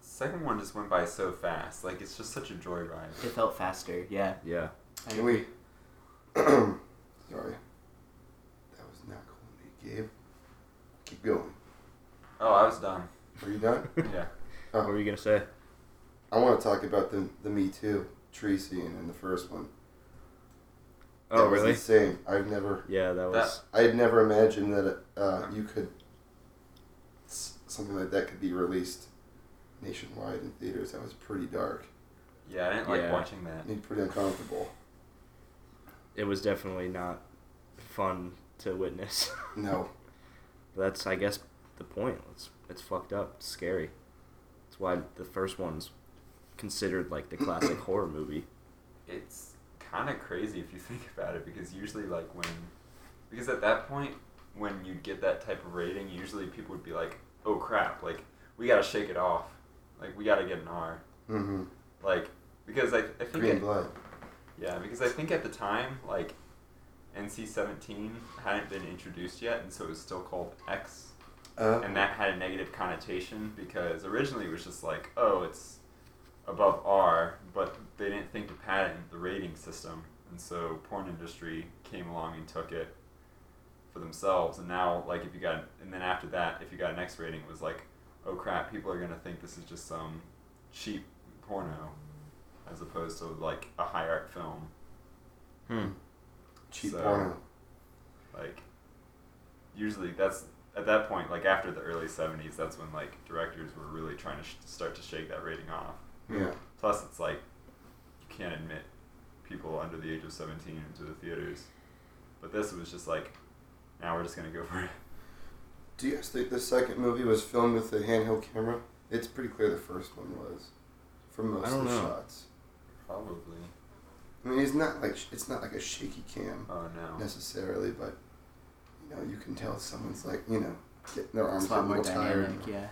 Second one just went by so fast. Like it's just such a joyride. It felt faster. Yeah. Yeah, I Can we? Sorry. That was not cool, Gabe. Keep going. Oh, I was done. Are you done? Yeah. what were you gonna say? I want to talk about the the Me Too tree scene in the first one. Oh, that really? Was insane. I've never, Yeah, that was. I had never imagined that uh, you could s- something like that could be released nationwide in theaters. That was pretty dark. Yeah, I didn't like Yeah. watching that. And pretty uncomfortable. It was definitely not fun to witness. No, But that's, I guess, the point. It's it's fucked up. It's scary. That's why the first one's considered like the classic horror movie. It's kind of crazy if you think about it because usually like when because at that point when you get that type of rating, usually people would be like, "Oh crap, like we got to shake it off. Like we got to get an R." mm-hmm. Like because I, I think green at- blood. Yeah, because I think at the time, like, NC 17 hadn't been introduced yet, and so it was still called X. Uh, And that had a negative connotation because originally it was just like, oh, it's above R, but they didn't think to patent the rating system. And so porn industry came along and took it for themselves. And now, like, if you got, and then after that, if you got an X rating, it was like, oh crap, people are going to think this is just some cheap porno as opposed to, like, a high art film. Hmm. cheap so- porno. like usually that's at that point like after the early 70s that's when like directors were really trying to sh- start to shake that rating off Yeah. plus it's like you can't admit people under the age of 17 into the theaters but this was just like now we're just gonna go for it Do you guys think the second movie was filmed with a handheld camera? It's pretty clear the first one was, for most I don't of the know. shots. probably I mean, it's not like sh- it's not like a shaky cam oh no necessarily, but you know, you can tell someone's like you know getting their arms It's a getting lot a more little tired. dynamic.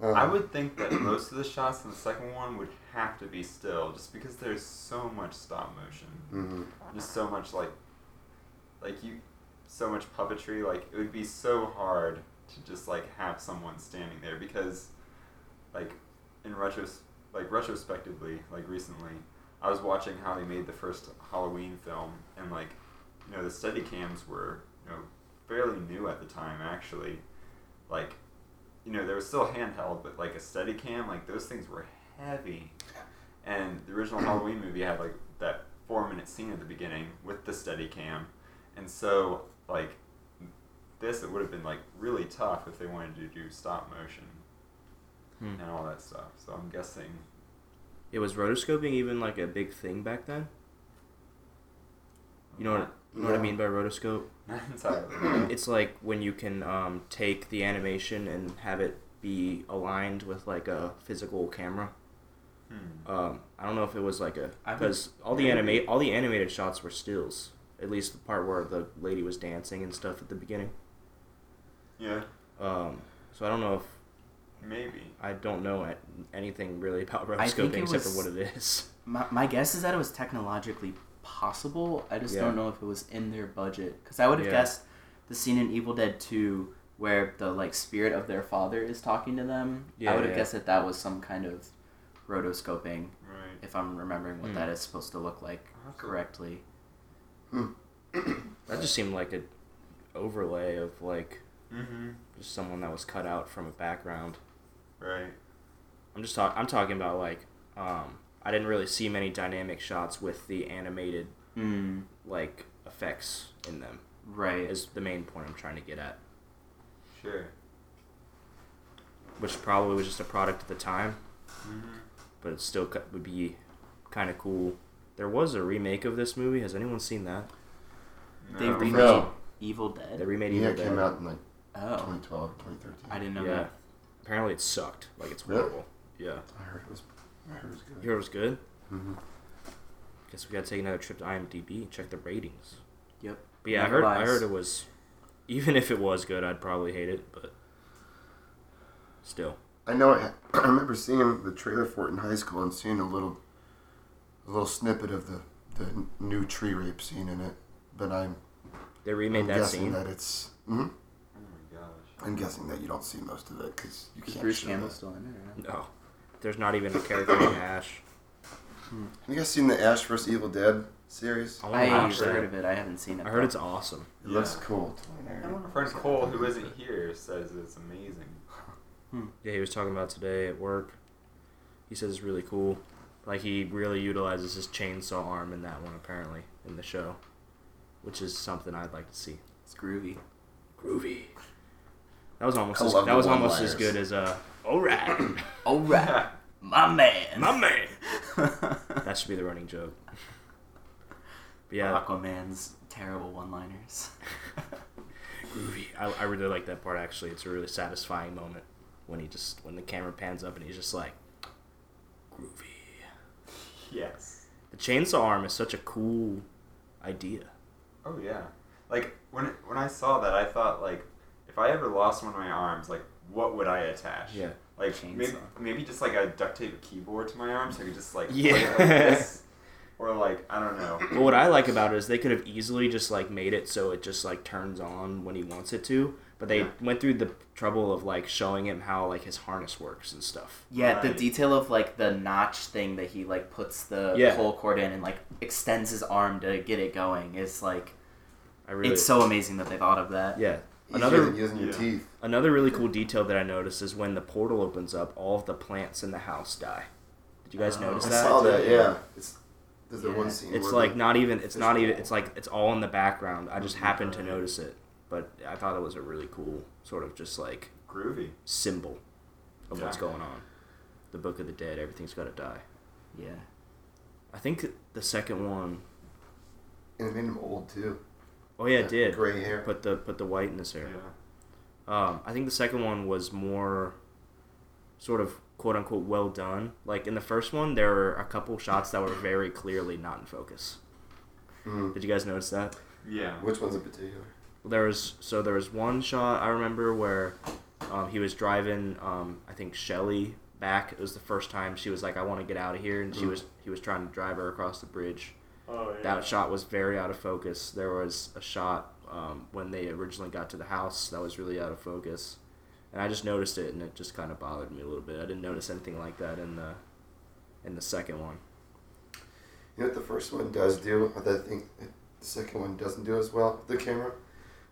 Yeah. Um, i would think that most of the shots in the second one would have to be still just because there's so much stop motion mhm. just so much like like you so much puppetry like it would be so hard to just like have someone standing there because like in retros like retrospectively like recently i was watching how they made the first halloween film and like you know the steady cams were you know fairly new at the time actually like you know they were still handheld but like a steady cam like those things were heavy and the original halloween movie had like that four minute scene at the beginning with the steady cam and so like this it would have been like really tough if they wanted to do stop motion Hmm. and all that stuff so i'm guessing It was rotoscoping even like a big thing back then. You know what, you know what I No. mean by rotoscope? not entirely It's like when you can um, take the animation and have it be aligned with like a physical camera. hmm. Um, I don't know if it was like a I would- because all the maybe. anima- all the animated shots were stills. At least the part where the lady was dancing and stuff at the beginning. yeah Um, so I don't know if maybe I don't know a- anything really about I think rotoscoping it except was- for what it is. My, my guess is that it was technologically possible. I just Yeah. don't know if it was in their budget. Because I would have Yeah. guessed the scene in Evil Dead 2 where the like spirit of their father is talking to them. Yeah, I would have yeah. guessed that that was some kind of rotoscoping, right if I'm remembering what Hmm. that is supposed to look like I'll have to- correctly. That just seemed like a overlay of like mm-hmm. just someone that was cut out from a background. right I'm just talking. I'm talking about like um, I didn't really see many dynamic shots with the animated Hmm. Mm, like effects in them. right. Is the main point I'm trying to get at, sure which probably was just a product of the time, mm-hmm. but it still co- would be kind of cool. There was a remake of this movie. Has anyone seen that? They no. remade No. Evil They Dead. remade yeah, Evil it Dead. came out in like Oh, 2012 or 2013. I didn't know Yeah. that. Apparently, it sucked. Like it's Really? horrible. Yeah. I heard it was. I heard it was You good. heard it was good. Mm-hmm. Guess we gotta take another trip to IMDb and check the ratings. Yep. But yeah, I Never heard. I lies. heard it was. Even if it was good, I'd probably hate it. But still, I know. It, I remember seeing the trailer for it in high school and seeing a little, a little snippet of the the new tree rape scene in it. But I'm They remade I'm that guessing scene. that it's. mhm. Oh my gosh. I'm guessing that you don't see most of it because you Is can't. Bruce show Campbell that. still in it? Or not? No, there's not even a character named Ash. Have you guys seen the Ash vs. Evil Dead series? I I want to watch heard that. of it. I haven't seen it. I heard though. it's awesome. It looks Yeah. cool. Our friend Cole, who isn't here, says it's amazing. Yeah, he was talking about today at work. He says it's really cool. Like he really utilizes his chainsaw arm in that one apparently in the show, which is something I'd like to see. It's groovy. Groovy. That was almost I as, love that the was almost one-liners. as good as uh. All right, All right, my man. my man. That should be the running joke. But yeah, Aquaman's terrible one-liners. groovy. I, I really like that part actually. It's a really satisfying moment when he just when the camera pans up and he's just like groovy. yes. The chainsaw arm is such a cool idea. Oh yeah. Like when when I saw that, I thought like, if I ever lost one of my arms, like what would I attach? Yeah. Like maybe, Chainsaw. maybe just like a duct tape keyboard to my arm, so I could just like play Yeah. it like this, or like I don't know. But what I like about it is they could have easily just like made it so it just like turns on when he wants it to, but they Yeah. went through the trouble of like showing him how like his harness works and stuff. Yeah, the Right. detail of like the notch thing that he like puts the Yeah. pole cord in and like extends his arm to get it going is like I really it's so amazing that they thought of that. yeah. Another Another than using your Yeah. teeth. another really cool detail that I noticed is when the portal opens up, all of the plants in the house die. Did you guys Oh. notice I that? saw that. Yeah. It's there's the Yeah. one scene. It's where like the- not even. It's It's not even. cool. It's like it's all in the background. I just happened to Right. notice it, but I thought it was a really cool sort of just like Groovy. symbol of what's Yeah. going on. The Book of the Dead. Everything's got to die. Yeah. I think the second one and it made him old too. oh yeah, it did. Gray hair. Put the put the white in his hair. Yeah. Um, I think the second one was more sort of quote unquote well done. Like in the first one, there were a couple shots that were very clearly not in focus. Mm. Did you guys notice that? Yeah. Which one's in particular? there was so there was one shot I remember where um, he was driving um, I think Shelly back. It was the first time she was like, "I want to get out of here," and she Mm. was he was trying to drive her across the bridge. Oh That shot was very out of focus. There was a shot um, when they originally got to the house that was really out of focus, and I just noticed it, and it just kind of bothered me a little bit. I didn't notice anything like that in the in the second one. You know what the first one does do, or that I think the second one doesn't do as well. The camera,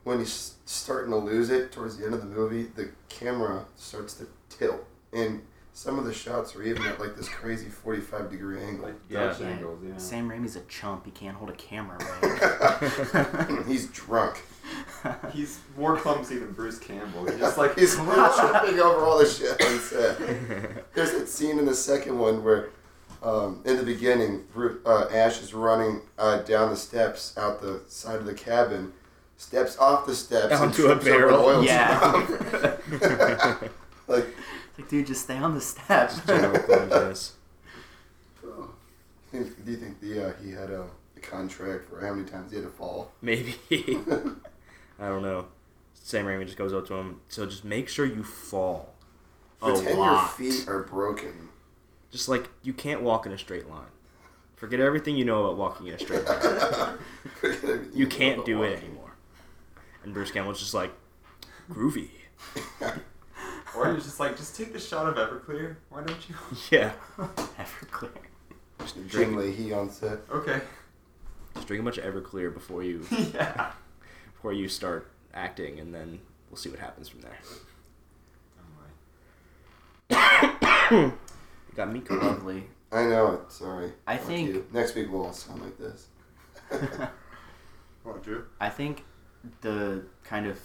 when he's starting to lose it towards the end of the movie, the camera starts to tilt, and some of the shots are even at like this crazy forty-five degree angle. Like Yeah. Dutch Yeah. angles. Yeah. Sam Raimi's a chump. He can't hold a camera right. he's drunk. He's more clumsy than Bruce Campbell. He's just like he's tripping over all the shit on set. There's that scene in the second one where, um, in the beginning, Bru- uh, Ash is running uh, down the steps out the side of the cabin, steps off the steps and Onto a trips over an barrel. oil yeah. drum. like, like, dude, just stay on the steps. General Gordon Davis. oh. You think- do you think the uh, he had a, a contract for how many times he had to fall? Maybe. I don't know. Sam Raimi just goes up to him. So just make sure you fall. A Pretend lot. your feet are broken. Just like you can't walk in a straight line. Forget everything you know about walking in a straight line. You can't do it anymore. And Bruce Campbell's just like, groovy. Or he's just like, just take the shot of Everclear. Why don't you? Yeah. Everclear. Just Jim drink, Leahy on set. Okay. just drink a bunch of Everclear before you yeah. before you start acting, and then we'll see what happens from there. Oh my. You got me covered. Lovely. I know it. Sorry. I Fuck think- you. next week we'll all sound like this. Oh, What, Drew? I think the kind of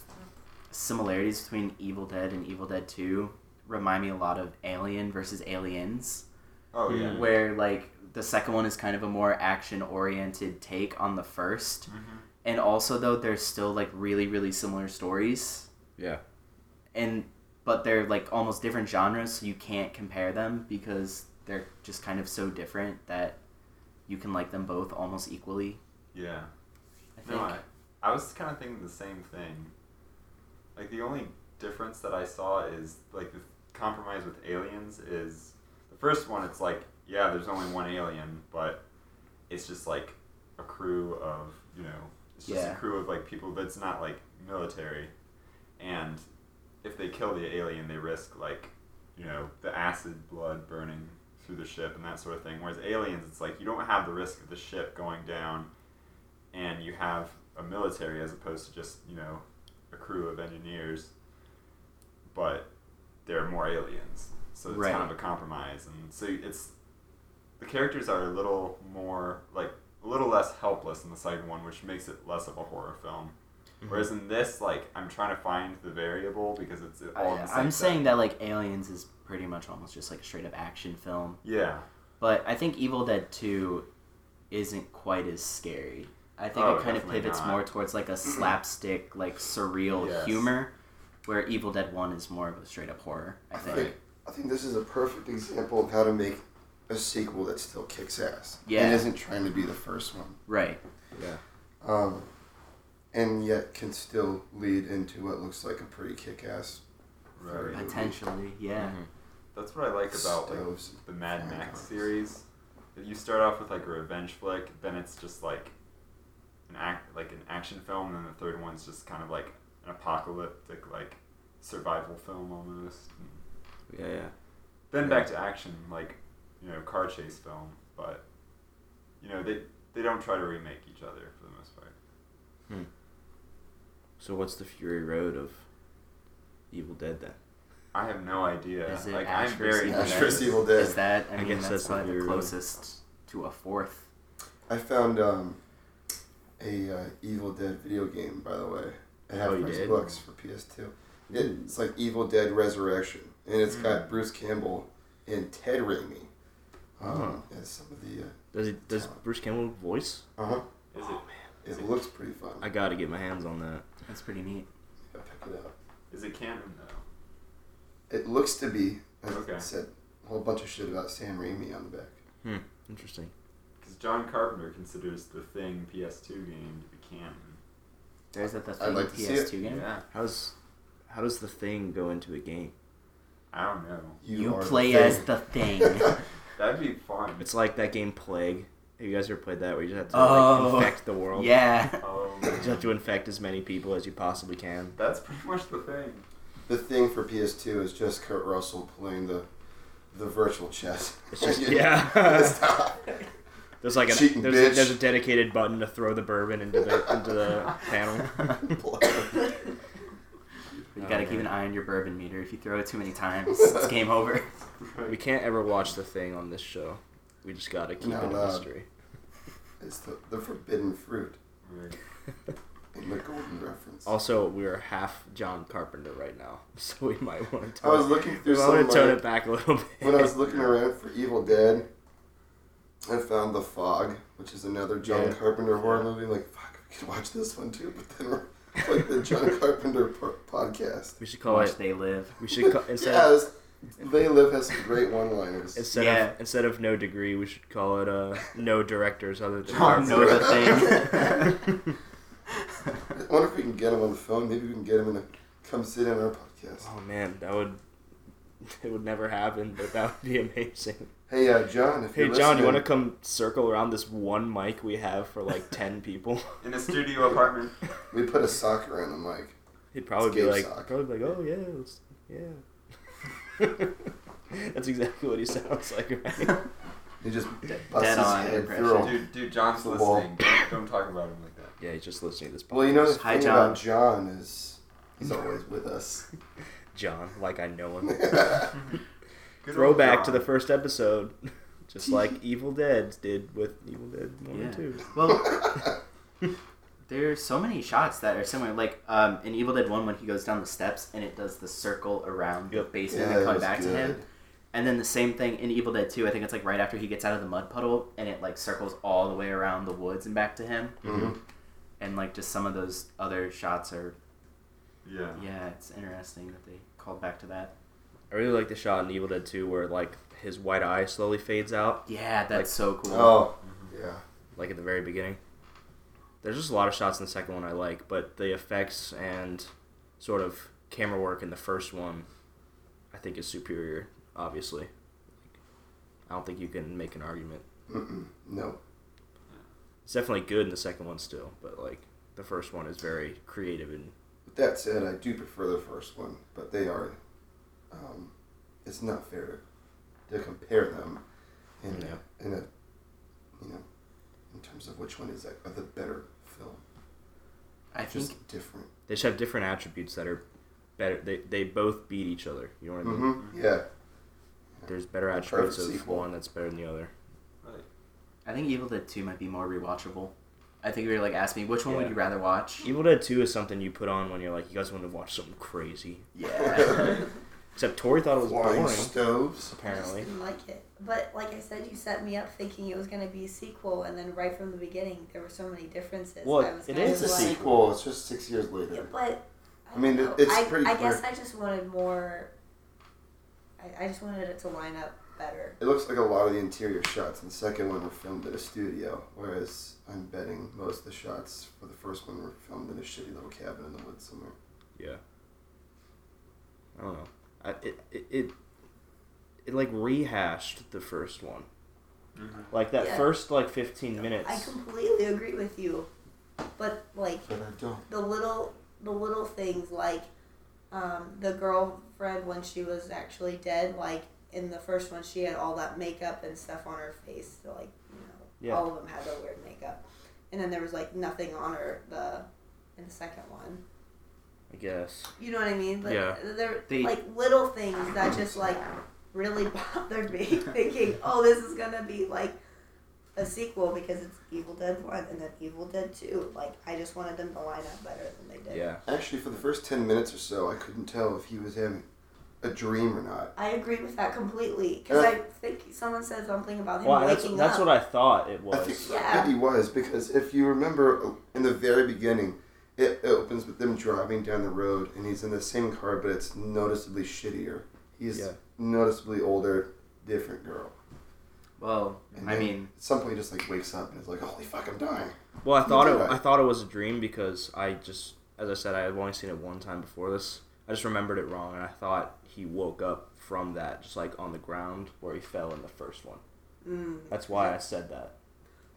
similarities between Evil Dead and Evil Dead 2 remind me a lot of Alien versus Aliens, Oh yeah. Mm. where like the second one is kind of a more action oriented take on the first. Mhm. And also though they're still like really really similar stories Yeah. and but they're like almost different genres so you can't compare them because they're just kind of so different that you can like them both almost equally. Yeah. I think No, I, I was kind of thinking the same thing. Like the only difference that I saw is like the compromise with aliens is the first one. It's like yeah, there's only one alien, but it's just like a crew of you know It's just Yeah. a crew of like people that's not like military, and if they kill the alien, they risk like you know the acid blood burning through the ship and that sort of thing. Whereas aliens, it's like you don't have the risk of the ship going down, and you have a military as opposed to just you know a crew of engineers, but there are more aliens, so it's kind Right. of a compromise, and so it's the characters are a little more like a little less helpless in the second one, which makes it less of a horror film. Mm-hmm. Whereas in this, like I'm trying to find the variable because it's all. in the I, same I'm saying setting. that like Aliens is pretty much almost just like a straight up action film, Yeah, but I think Evil Dead Two isn't quite as scary. I think Oh, it kind of definitely pivots not. more towards like a slapstick, like surreal Yes. humor, where Evil Dead One is more of a straight up horror. I I think. think I think this is a perfect example of how to make a sequel that still kicks ass. Yeah. And isn't trying to be the first one. Right. Um, and yet can still lead into what looks like a pretty kick ass right. Right. Potentially. Yeah. Mm-hmm. That's what I like about like Stoves. the Mad Fire Max trucks. series. That You start off with like a revenge flick, then it's just like an act like an action film, and then the third one's just kind of like an apocalyptic like survival film almost. And Yeah, yeah. then back to action, like you know, car chase film, but you know they they don't try to remake each other for the most part. So what's the Fury Road of Evil Dead then? I have no idea. Is it like I'm Ash versus very Evil Dead? Ash vs. interested. Evil Dead. Is that? I, I mean, guess that's that's probably not the very- closest to a fourth. I found um, a uh, Evil Dead video game, by the way. It had Oh, you price did? bucks for PS2. It, it's like Evil Dead Resurrection, and it's Hmm. got Bruce Campbell and Ted Raimi um, as some of the. Does it does Bruce Campbell voice? Uh huh. Is it It looks pretty fun. I gotta get my hands on that. That's pretty neat. I pick it up. is it canon though? It looks to be. I Okay. said a whole bunch of shit about Sam Raimi on the back. Interesting. Because John Carpenter considers the Thing PS2 game to be canon. There's that the I'd like to see PS2 game. Yeah, How's how does the thing go into a game? I don't know. You, You are the play thing. as the thing. That'd be fun. It's like that game Plague. Have you guys ever played that where you just have to Oh, like, infect the world? yeah. um, You just have to infect as many people as you possibly can. that's pretty much the thing. the thing for PS2 is just Kurt Russell playing the the virtual chess. It's just You- yeah. Stop. there's like a Cheating there's, bitch. a there's a dedicated button to throw the bourbon into the into the panel. You Oh, gotta keep man. an eye on your bourbon meter. If you throw it too many times, it's game over. We can't ever watch the thing on this show. We just gotta keep Not it a allowed. mystery. It's the, the forbidden fruit Right. in the golden reference. Also, we are half John Carpenter right now, so we might want to. I Tone, was looking we through might some want of to tone my, it back a little bit. when I was looking around for Evil Dead. I found The Fog, which is another John Yeah. Carpenter horror movie. Like, fuck, we could watch this one too, but then we're it's like the John Carpenter po- podcast. we should call Watch it. They Live. We should call, instead yeah, of, this- They Live has some great one-liners. instead Yeah. of instead of no degree, we should call it uh, no directors other than John Know Carpenter. the thing. I wonder if we can get him on the phone. Maybe we can get him to come sit in our podcast. Oh man, that would it would never happen, but that would be amazing. Hey, uh, John, if Hey you're John, you want to listening, come circle around this one mic we have for like ten people? In a studio apartment. we put a soccer on the mic. He'd probably It's be game like, sock. probably be like, oh yeah, let's, yeah. That's exactly what he sounds like, right? He just Dead- busts dead his on head impression. through. Dude, dude, John's The wall. listening. Don't, don't talk about him like that. yeah, he's just listening to this. Podcast. Well, you know the Hi, thing John. about John Mm-hmm. is he's always with us. John, like I know him. Mm-hmm. Good Throwback old to John. the first episode, just like Evil Dead did with Evil Dead One Yeah. and Two. Well, there's so many shots that are similar. Like um, in Evil Dead One, when he goes down the steps and it does the circle around the Yep. basement Yeah, and it come was back to him. good. And then the same thing in Evil Dead Two. I think it's like right after he gets out of the mud puddle and it like circles all the way around the woods and back to him. Mhm. And like just some of those other shots are Yeah. yeah, it's interesting that they called back to that. I really like the shot in Evil Dead Two where like his white eye slowly fades out, Yeah, that's Like- so cool. Oh, Mm-hmm. yeah. like at the very beginning. There's just a lot of shots in the second one I like, but the effects and sort of camera work in the first one, I think is superior. Obviously, I don't think you can make an argument. Mm-mm. No. It's definitely good in the second one still, but like the first one is very creative and With that said, I do prefer the first one, but they are. Um, it's not fair to, to compare them in, Yeah. in a, you know, in terms of which one is like the better film. I think Just different. they just have different attributes that are better. They they both beat each other. You know what I mean? Mm-hmm. Yeah. There's better A attributes of Mm-hmm. perfect sequel. one that's better than the other. Right. I think Evil Dead Two might be more rewatchable. I think if you like ask me which one Yeah. would you rather watch. Evil Dead Two is something you put on when you're like, you guys want to watch something crazy. Yeah. Mm-hmm. Except Tori thought it was Flying boring. stoves. I Apparently, just didn't like it. But like I said, you set me up thinking it was going to be a sequel, and then right from the beginning, there were so many differences. Well, I was it kind is It's of a like, sequel. It's just six years Yeah, later. but I mean, don't know. it's I, pretty I guess I just wanted more. I, I just wanted it to line up better. It looks like a lot of the interior shots in the second one were filmed at a studio, whereas I'm betting most of the shots for the first one were filmed in a shitty little cabin in the woods somewhere. yeah. I don't know. I, it, it it it like rehashed the first one. Mhm. Like that Yeah. first like 15 minutes. I completely agree with you, but like But I don't. the little the little things like um, the girlfriend when she was actually dead, like in the first one, she had all that makeup and stuff on her face, so like you know, Yeah. all of them had that weird makeup, and then there was like nothing on her the in the second one. I guess. You know what I mean? Like, Yeah. They're They- like little things that just like really bothered me, thinking, oh, this is gonna be like a sequel because it's Evil Dead One and then Evil Dead Two. Like I just wanted them to line up better than they did. Yeah. Actually, for the first 10 minutes or so, I couldn't tell if he was having a dream or not. I agree with that completely because Yeah. I think someone said something about him Uh, Well, that's waking that's up. what I thought it I think was. Yeah. he was, because if you remember uh, in the very beginning, it opens with them driving down the road, and he's in the same car, but it's noticeably shittier. He's Yeah. noticeably older, different girl. well, And I then mean, at some point, he just like wakes up and is like, "Holy fuck, I'm dying." Well, I thought did it. right. I thought it was a dream because I just, as I said, I had only seen it one time before this. I just remembered it wrong, and I thought he woke up from that, just like on the ground where he fell in the first one. Mm. That's why I said that.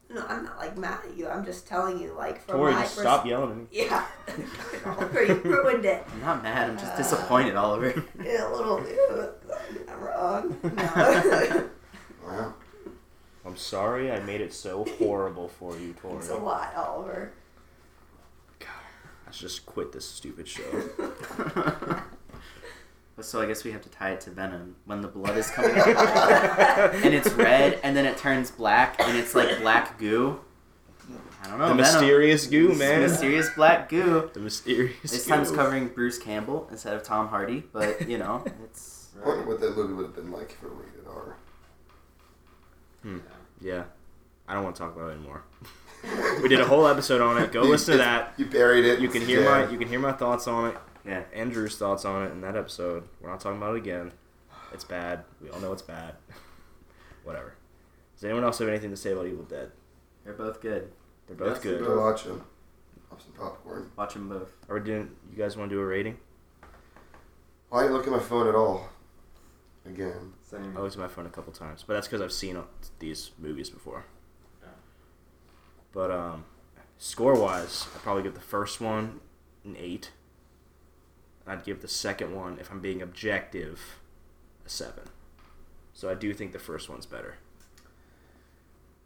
No, I'm not like mad at you. I'm just telling you, like from Tori, my just stop yelling at me. Yeah, Oliver, you ruined it. I'm not mad. I'm just Uh, disappointed, Oliver. Yeah, a little. I'm wrong. No. Wow. I'm sorry, I made it so horrible for you, Tori. It's a lot, Oliver. I should just quit this stupid show. so I guess we have to tie it to Venom when the blood is coming out and it's red, and then it turns black, and it's like black goo. I don't know. the Venom. mysterious goo, uh, It's man. Mysterious black goo. the mysterious. This time it's goo. covering Bruce Campbell instead of Tom Hardy, but you know, it's I wonder what that movie would have been like if it were rated R. Yeah, I don't want to talk about it anymore. we did a whole episode on it. Go You- listen to it's- that. You buried it. You can hear Yeah. my you can hear my thoughts on it. yeah. Andrew's thoughts on it in that episode. We're not talking about it again. It's bad. We all know it's bad. Whatever. Does anyone else have anything to say about Evil Dead? They're both good. They're both Yes, good. Go watch them. Pop some popcorn. Watch them both. Are we doing? You guys want to do a rating? Why didn't look at my phone at all? Again. Same. I looked at my phone a couple times, but that's because I've seen these movies before. Yeah. But um, score wise, I'd probably give the first one an eight. And I'd give the second one, if I'm being objective, a seven. So I do think the first one's better.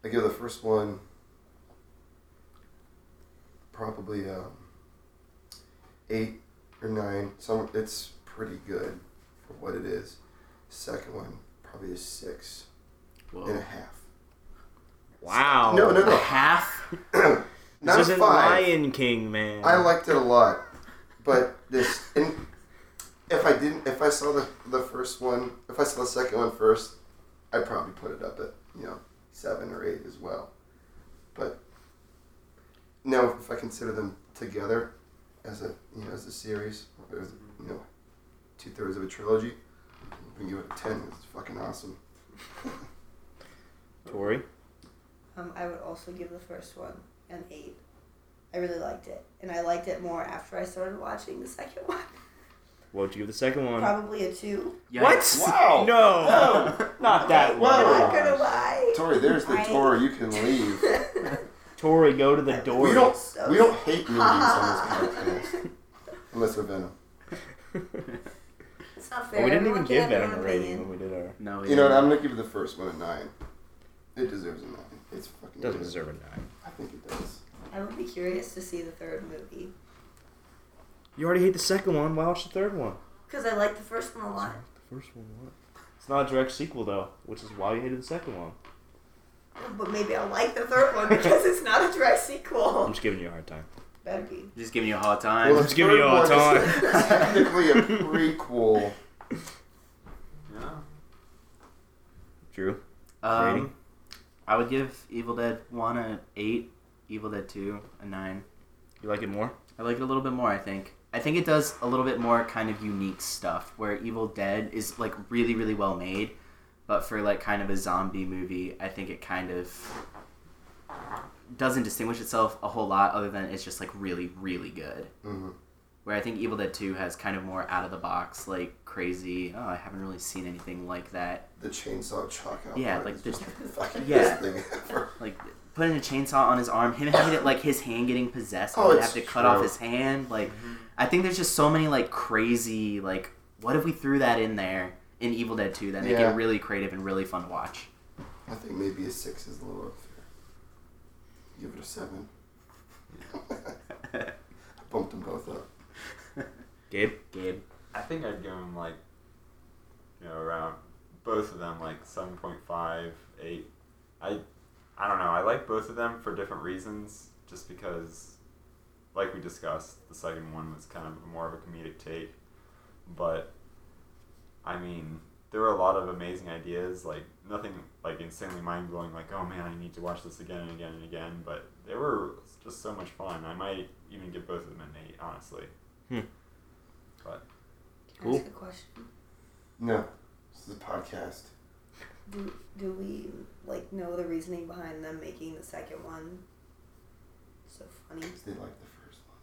I give the first one probably um, eight or nine. Some it's pretty good for what it is. Second one probably a six and a Whoa. half. Wow. No, no, A no. half? Not this a isn't five. Lion King, man. I liked it a lot, but this and if I didn't, if I saw the the first one, if I saw the second one first, I'd probably put it up at you know seven or eight as well. But now, if I consider them together as a you know as a series, or as you know two thirds of a trilogy, I can give it a ten. It's fucking awesome. Tori. Um, I would also give the first one an eight. I really liked it, and I liked it more after I started watching the second one. What would you give the second one? Probably a two. Yikes. Wow. No. Not that I'm Whoa. not low. gonna lie. Tori, there's the I- Tori. You can leave. Tori, go to the door. We don't. So- We don't hate movies on this podcast, unless they're Venom. It's not fair. Well, Oh, we didn't Everyone even can give have their Venom a own rating opinion. when we did our. No, You know what? I'm gonna give the first one a nine. It deserves a nine. It's fucking. Doesn't good. deserve a nine. I think it does. I would be curious to see the third movie You already hate the second one. Why watch the third one? because I like the first one a lot. The first one, what? It's not a direct sequel though, which is why you hated the second one. But maybe I'll like the third one because it's not a direct I'm sequel. just giving you a hard time. Better be. just giving you a hard time. Well, the just third giving you all one is time. Technically a prequel. Yeah. Drew, Um, Rating? I would give Evil Dead 1 a 8, Evil Dead 2 a 9. you like it more? I like it a little bit more, I think. I think it does a little bit more kind of unique stuff where Evil Dead is like really, really well made, but for like kind of a zombie movie, I think it kind of doesn't distinguish itself a whole lot other than it's just like really, really good. hmm Where I think Evil Dead 2 has kind of more out of the box, like crazy. Oh, I haven't really seen anything like that. The chainsaw chalk out. Yeah, part like is the- just the fucking yeah. best thing ever. like putting a chainsaw on his arm, him having it like his hand getting possessed, Oh, and it's have to cut off true. Mm-hmm. his hand. Like, I think there's just so many like crazy like, what if we threw that in there in Evil Dead Two that make Yeah. it really creative and really fun to watch? I think maybe a six is a little unfair. Give it a seven. I bumped them both up. Gabe, Gabe, I think I'd give them like, you know, around both of them like 7.5, 8. I, I don't know. I like both of them for different reasons. Just because, like we discussed, the second one was kind of more of a comedic take. But, I mean, there were a lot of amazing ideas. Like nothing like insanely mind blowing. Like oh man, I need to watch this again and again and again. But they were just so much fun. I might even give both of them an eight, honestly. Can I ask a question? No, this is a podcast. Do, do we like know the reasoning behind them making the second one so funny? 'cause They like the first one.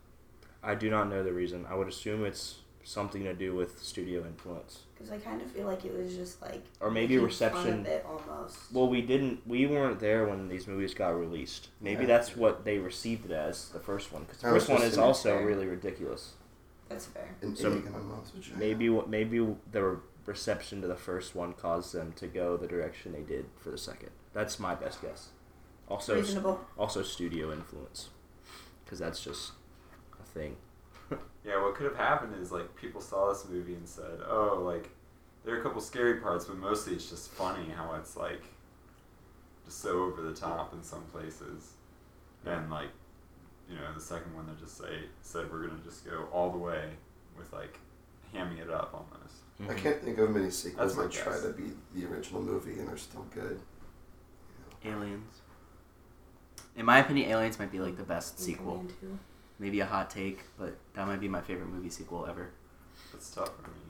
I do not know the reason. I would assume it's something to do with studio influence. Because I kind of feel like it was just like Or maybe making fun reception- of it almost. Well, we didn't. We weren't there when these movies got released. Maybe Yeah. that's what they received it as the first one, because the That was first one just is an also experiment. really ridiculous. That's fair. An So egg in my mom's vagina. Maybe what maybe the re- reception to the first one caused them to go the direction they did for the second. That's my best guess. Also, Reasonable. also studio influence, because that's just a thing. Yeah, what could have happened is like people saw this movie and said, "Oh, like there are a couple scary parts, but mostly it's just funny how it's like just so over the top in some places." And like, you know, the second one they just say said we're gonna just go all the way with like hamming it up almost. I can't think of many That's sequels my that try guess. to be the original movie and are still good. Aliens. In my opinion, Aliens might be like the best sequel. Alien two. Maybe a hot take, but that might be my favorite movie sequel ever. It's tough for me.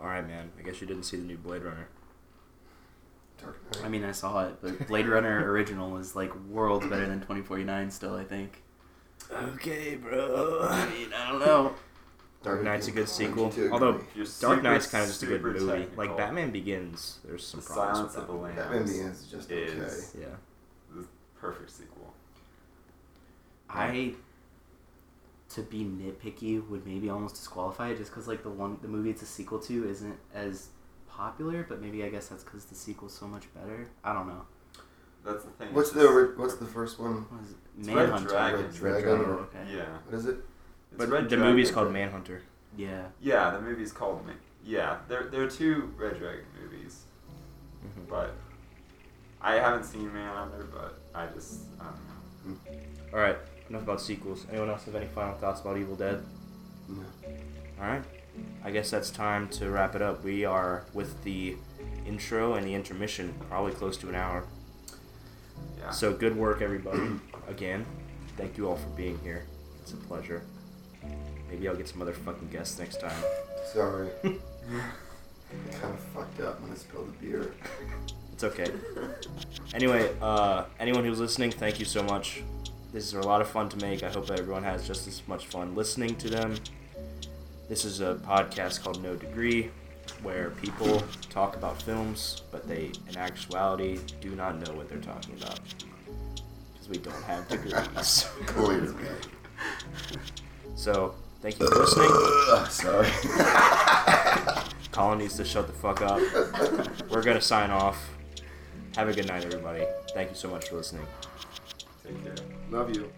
All right, man. I guess you didn't see the new Blade Runner. Dark Knight. I mean, I saw it, but Blade Runner original is like worlds better than 2049 still, I think. Okay, bro. I mean, I don't know. Dark Knight's a good Knight, sequel. don't you Although- agree? If you're Dark super, Knight's kind of just a good super movie. Like technical, Batman Begins, there's some The problems Silence with of the that. Lambs Batman Begins is just okay. is Yeah. perfect sequel. I, to be nitpicky, would maybe almost disqualify it just because like the one the movie it's a sequel to isn't as popular. But maybe I guess that's because the sequel's so much better. I don't know. That's the thing. it's What's just- the ori- what's the first one? What is it? It's Red Manhunter. Oh, Dragon. Red Dragon or- okay. Yeah. Yeah. What is it? It's But Red the movie's Dragon. called Manhunter. Yeah, the movie's called. Ma- Yeah, there there are two Red Dragon movies, Mm-hmm. but I haven't seen Manhunter, but I just I don't know. All right. Enough about sequels. Anyone else have any final thoughts about Evil Dead? No. All right. I guess that's time to wrap it up. We are with the intro and the intermission, probably close to an hour. Yeah. So good work, everybody. Again, thank you all for being here. It's a pleasure. Maybe I'll get some other fucking guests next time. Sorry. I kind of fucked up when I spilled the beer. It's okay. Anyway, uh, anyone who's listening, thank you so much. This is a lot of fun to make. I hope that everyone has just as much fun listening to them. This is a podcast called No Degree, where people talk about films, but they, in actuality, do not know what they're talking about. Because we don't have degrees. Clearly. so, thank you for listening. Ugh, sorry. Colin needs to shut the fuck up. We're gonna sign off. Have a good night, everybody. Thank you so much for listening. Take care. Love you.